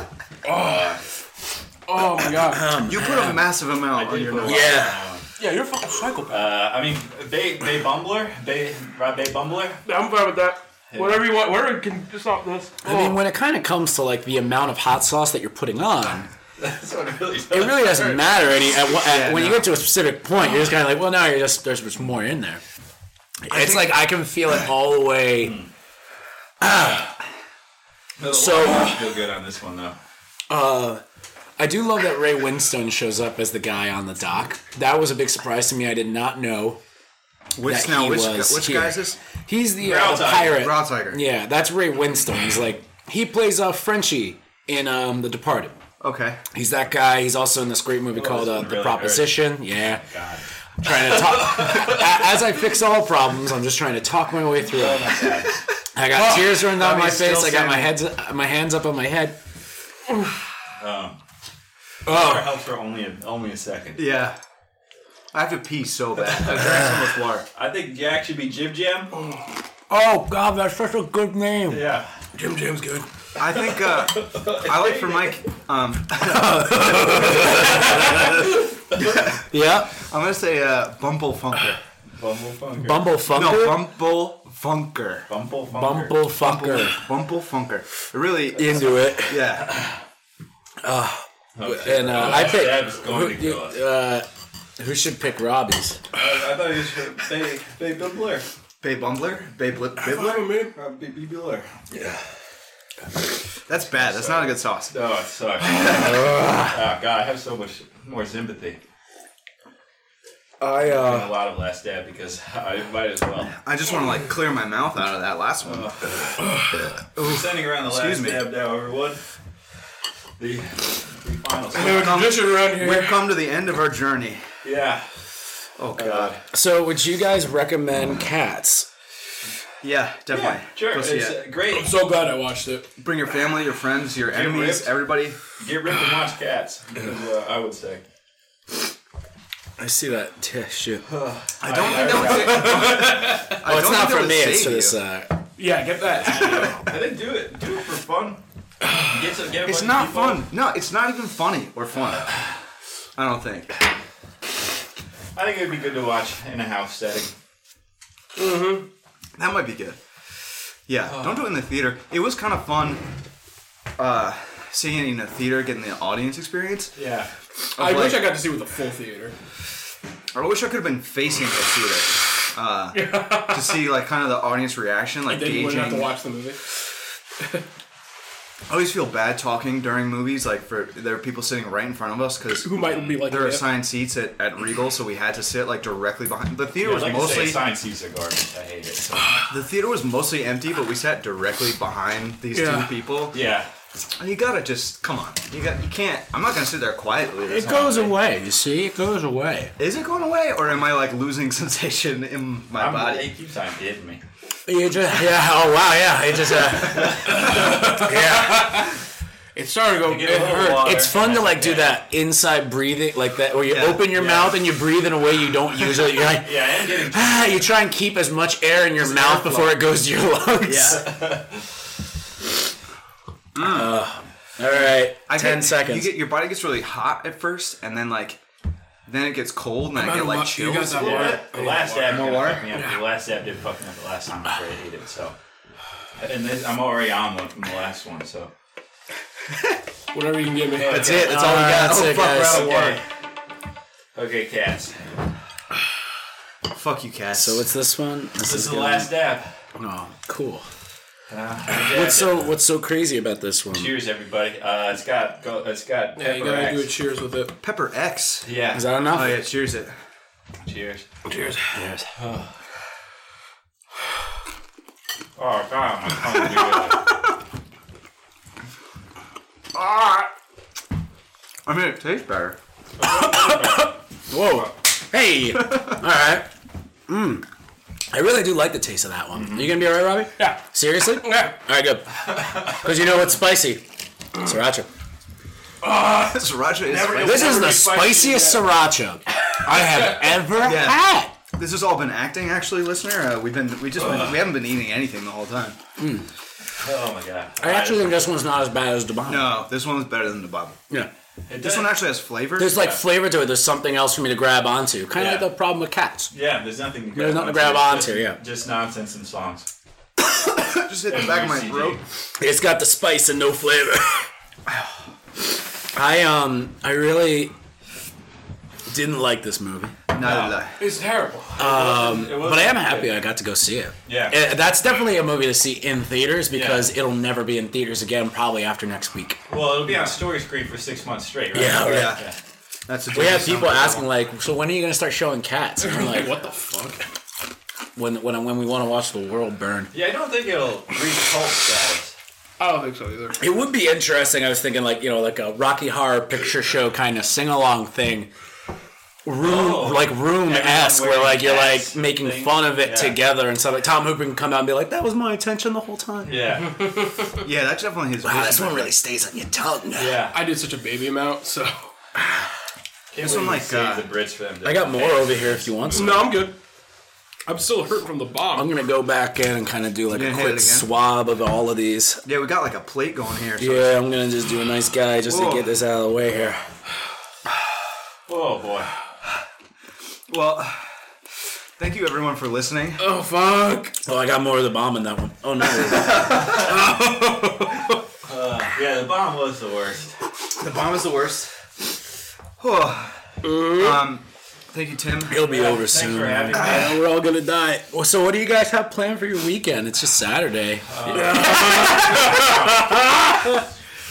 Oh my god. You put a massive amount on your nose. Yeah. Yeah, you're a fucking psychopath. Uh, I mean, Bay Bay Bumbler, Bay Rob Bay Bumbler. I'm fine with that. Whatever you want, whatever can stop this. I mean, when it kind of comes to like the amount of hot sauce that you're putting on, That's what it really. Does. it really doesn't matter. Any at, what- at, when you no. get to a specific point, you're just kind of like, well, now you're just there's just more in there. it's like I can feel it all the Hmm. way. No, So- I feel good on this one though. I do love that Ray Winstone shows up as the guy on the dock. That was a big surprise to me. I did not know. Which that now, he which, was which here. guy is this? He's the, uh, Brown the Tiger. pirate. Brown Tiger. Yeah, that's Ray Winstone. He's like he plays uh, Frenchie in um, The Departed. Okay. He's that guy. He's also in this great movie called this uh, one The Oh, really Proposition. Yeah. God. trying to talk. A- As I fix all problems, I'm just trying to talk my way through it. I got tears running down Bobby's my face. still I got my standing. heads, my hands up on my head. That helps for only a, only a second. Yeah. I have to pee so bad. I drank so much water. I think Jack should be Jib Jam. Oh God, that's such a good name. Yeah. Jim Jim's good. I think uh, I like for Mike. Um, Yeah, I'm gonna say uh, Bumble Funker. Bumble Funker. Bumble No, Funker. Bumble Funker. Bumble Funker. Bumble Funker. Bumble Funker. Really? Into it. Yeah. And uh, I pick. Dad's going to Who, kill us. uh, who should pick Robbie's? I, I thought he should Bay Bay Bumbler. Bay Bumbler. Bay Blip. Bibbler. man. Uh, Bay Bumbler. That's bad. That's not a good sauce. Oh, it sucks. oh God, I have so much more sympathy. I uh, A lot of last dab because I might as well. I just want to like clear my mouth out of that last one. Uh, We're sending around the last Excuse me. dab now, everyone. The, the final. There's a tradition around We've here. come to the end of our journey. Yeah. Uh, Oh God. so would you guys recommend Cats? Yeah, definitely. Yeah, sure. Pussy, It's yeah. uh, great. So glad I watched it. Bring your family, your friends, your enemies, ripped. everybody. Get ripped and watch cats. is what I would say. I see that t- shit. I don't think that would. Oh, it's not for me. It's for this. Uh, Yeah, get that. I think do it. Do it for fun. Get some, get a bunch It's of not people. fun. No, it's not even funny or fun. I don't think. I think it would be good to watch in a house setting. That might be good. Yeah, Uh. don't do it in the theater. It was kind of fun. Uh, seeing it in a theater, getting the audience experience. Yeah. I like- wish I got to see it with the full theater. I wish I could have been facing the theater. Uh, to see like kind of the audience reaction, like Then you wouldn't have to gauging. watch the movie. I always feel bad talking during movies, like for there are people sitting right in front of us because Who might be like there are yeah. assigned seats at, at Regal, so we had to sit like directly behind. The theater It was was like mostly mostly sign seats are garbage. I hate it. So. the theater was mostly empty, but we sat directly behind these Yeah. two people. Yeah. And You gotta just come on. You got you can't. I'm not gonna sit there quietly. It goes away, you see? It goes away. Is it going away, or am I like losing sensation in my I'm, body? it keeps on hitting me. You just, yeah, oh wow, yeah. It just, uh, yeah. It's starting to go. Get It a little hurt. water. It's fun to like do that inside breathing, like that, where you Yeah, open your yeah. mouth and you breathe in a way you don't usually. You're like, Yeah, and getting ah, you try and keep as much air in your mouth before it goes to your lungs. Yeah. Ah. All right. I Ten get- seconds. You get your body gets really hot at first, and then like, then it gets cold, and I get like You chills. got that Yeah, water? the last dab More didn't water? fuck me up. The last dab did fuck me up the last time before I ate it. So, and this, I'm already on one from the last one. So, Whatever you can give me. That's it. That's all we got. That's it, guys. okay, okay, cats. Fuck you, Cass. So what's this one? This, This is the good. last dab. Oh, cool. Dab. What's so What's so crazy about this one? Cheers, everybody. Uh, it's got go, it's got Yeah, you pepper gotta X. do a cheers with it. Pepper X? Yeah. Is that enough? Oh yeah, cheers it. Cheers. Cheers. Oh god, my tongue is really- I mean, it tastes better. Whoa. Hey. all right. Mmm. I really do like the taste of that one. Mm-hmm. Are you gonna be all right, Robbie? Yeah. Seriously? Yeah. All right, good. Because you know what's spicy? Sriracha. Sriracha is Never- spicy. This is never the be spicy spiciest sriracha I have ever had. This has all been acting, actually, listener. Uh, we've been we just been, we haven't been eating anything the whole time. Oh my god. I actually think this one's not as bad as the bomb. No, this one's better than the bubble. Yeah. This It does- one actually has flavor. There's like flavor to it. There's something else for me to grab onto. Kind of Yeah. like the problem with cats. Yeah, there's nothing. To grab There's nothing to grab onto, yeah. Just nonsense and songs. just hit the back of my throat. It's got the spice and no flavor. I um I really didn't like this movie, Neither did I. It's terrible. but I am happy I got to go see it. Yeah. Uh, that's definitely a movie to see in theaters because it'll never be in theaters again. Probably after next week. Well, it'll be on story screen for six months straight, right? Yeah, right. Yeah. That's a We had people asking like, "So when are you gonna start showing cats?" And I'm like, what the fuck? When when when we want to watch the world burn. Yeah, I don't think it'll reach cult status. I don't think so either. It would be interesting. I was thinking, like you know, like a Rocky Horror Picture Show kind of sing along thing, room Oh. like room esque, where wearing like you're like hats making thing. fun of it Yeah. together, and so like Tom Hooper can come out and be like, "That was my intention the whole time." Yeah, Yeah, that's definitely his. Wow, vision. this one really stays on your tongue. yeah. I did such a baby amount, so. This one, like, uh, the Brits for them. to- I got more over here if you want. Some. No, I'm good. I'm still hurt from the I'm bomb. gonna go back in and kind of do like You a gonna hit it quick again? swab of all of these. Yeah, we got like a plate going here. So Yeah, I'm gonna just do a nice guy just Whoa. to get this out of the way here. Oh boy. Well, thank you everyone for listening. Oh, fuck. Oh, I got more of the bomb in that one. Oh no. Yeah, the bomb was the worst. The bomb is the worst. Oh. Mm-hmm. Um, thank you, Tim. It'll be over Thanks soon. Ah. for having me. Yeah, we're all gonna die. Well, so what do you guys have planned for your weekend? It's just Saturday.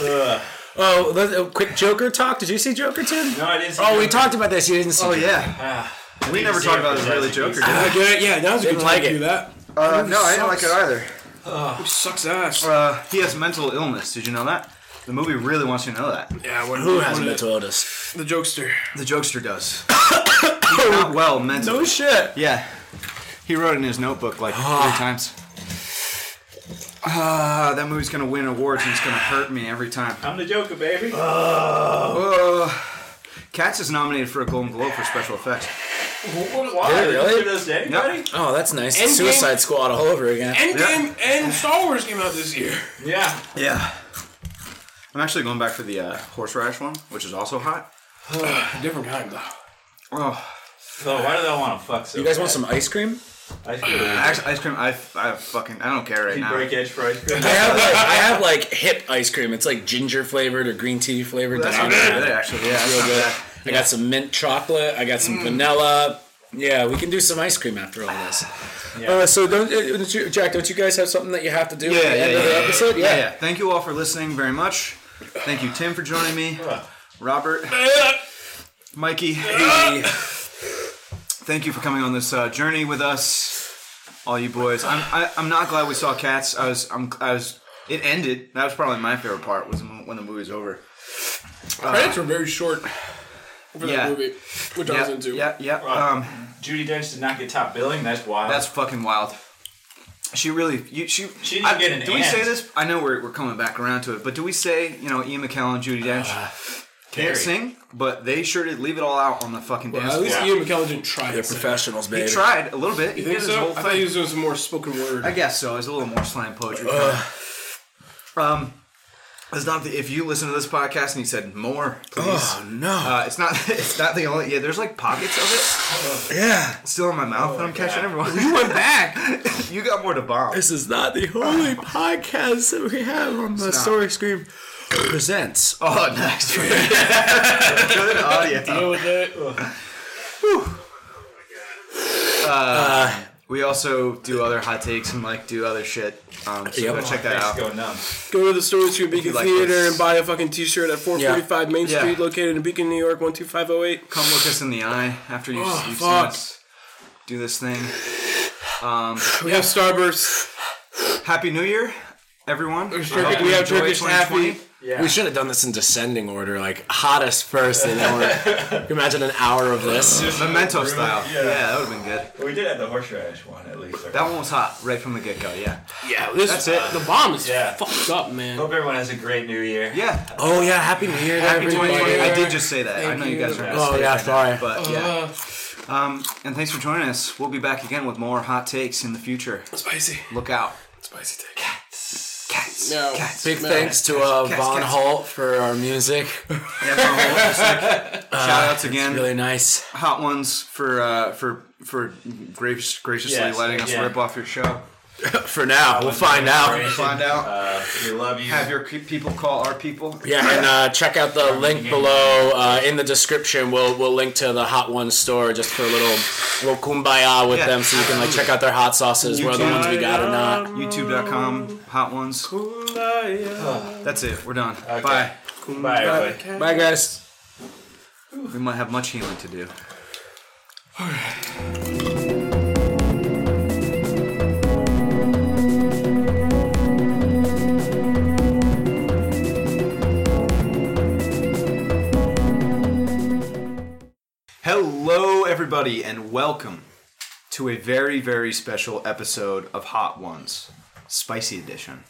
oh, let- a quick Joker talk. Did you see Joker Tim? No, I didn't. see Oh, we you. talked about this. You didn't see. Oh Joker. yeah. We never see talked it about for this really that. Joker. I get it. Yeah, that was a Didn't good like time it. to do that. Uh, no, I didn't like it either. It sucks ass. Uh, he has mental illness. Did you know that? The movie really wants you to know that. Yeah, what, Who has mental illness? The jokester. The jokester does. He's not well Oh, mentally. shit. yeah. He wrote in his notebook like three times. Ah, that movie's gonna win awards and it's gonna hurt me every time. I'm the Joker, baby. Uh, Cats is nominated for a Golden Globe for special effects. Why? Yeah, really? Did this to anybody? Oh, that's nice. Endgame. Suicide Squad all over again. Endgame and Star Wars came out this year. Yeah. Yeah. I'm actually going back for the uh, horseradish one, which is also hot. A different kind, though. Oh, So why do they want to fuck so you guys want bad? some ice cream? I feel like actually, ice cream. I, I fucking I don't care right now. break edge for ice cream. I have like I have like hip ice cream. It's like ginger flavored or green tea flavored. That's Doesn't not bad, matter. actually. Yeah, Mm. that's real not good. bad. I got some mint chocolate. I got some vanilla. Yeah, we can do some ice cream after all this. Uh, so don't, uh, don't you, Jack? Don't you guys have something that you have to do at the end of the episode? Yeah, yeah. Thank you all for listening very much. Thank you, Tim, for joining me. Robert, Mikey, Amy. Thank you for coming on this uh, journey with us, all you boys. I'm I, I'm not glad we saw Cats. I was I'm I was. It ended. That was probably my favorite part was when the movie was over. Credits were very short for Yeah. that movie, which I was Yeah, into. yeah, yeah. Um, Judy Dench did not get top billing. That's wild. That's fucking wild. She really, you, she, She didn't get an Do we ant. say this? I know we're, we're coming back around to it, but do we say, you know, Ian McKellen, Judy Uh, Dench Carrie. can't sing, but they sure did leave it all out on the fucking dance Uh, At floor. least Yeah. Ian McKellen didn't try They're it. professionals, He baby. tried a little bit. He You think did his so? whole I thing. thought he was doing some more spoken word. I guess so. It's a little more slam poetry. kinda. um, It's not the, if you listen to this podcast and you said more, please. Oh, no. Uh, it's not. It's not the only. Yeah, there's like pockets of Uh, yeah. it still in my mouth, and I'm catching everyone. Oh, You went back. you got more to bomb. This is not the only podcast that we have on the Story Scream Presents. Oh, nice. Good audio. Deal with it. We also do other hot takes and like do other shit. Um, so Yep. go check that out. Go numb. Go to the store to Beacon you like Theater this. and buy a fucking T-shirt at 445 Main Yeah. Street, located in Beacon, New York, 12508. Come look us in the eye after you, you've seen Oh, fuck. us do this thing. We have Starburst. Happy New Year, everyone. Turkish- we have Enjoy Turkish 2020. Happy. We should have done this in descending order, like hottest first, and then we're. can you imagine an hour of this. Memento style. Yeah, Yeah. that would have been good. But we did have the horseradish one at least. That one was hot right from the get go. Yeah. Yeah, this, That's it. The bomb is Yeah. fucked up, man. Hope everyone has a great new year. Yeah. Oh yeah, happy New Year, to Happy everybody. 2020. I did just say that. I know you, you. guys are. Oh yeah, sorry. But yeah. Um, and thanks for joining us. We'll be back again with more hot takes in the future. Spicy, Look out. spicy take. Cats. No. Cats. Big No. thanks to uh, Cats, Von cats. Holt for our music. Yeah, Von Holt, just like, shout outs again. Uh, Really nice. Hot ones for uh, for for gracious, graciously Yes, letting us yeah. rip off your show. For now, we'll find out. Find out. Uh, we love you. Have your pe- people call our people. Yeah, and uh, check out the link below uh, in the description. We'll we'll link to the Hot Ones store just for a little little kumbaya with Yeah, them, so you can like check out their hot sauces, whether the ones we got or not. YouTube.com. Hot ones. That's it. We're done. Bye. Bye, everybody. Bye, guys. We might have much healing to do. Hello, everybody, and welcome to a very, very special episode of Hot Ones, Spicy Edition.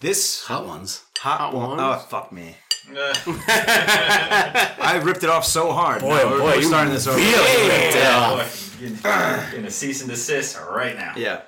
This Hot Ones. hot, one. Oh, fuck me. I ripped it off so hard. Boy, oh boy, we're you starting this over. Really? Getting a cease and desist right now. Yeah.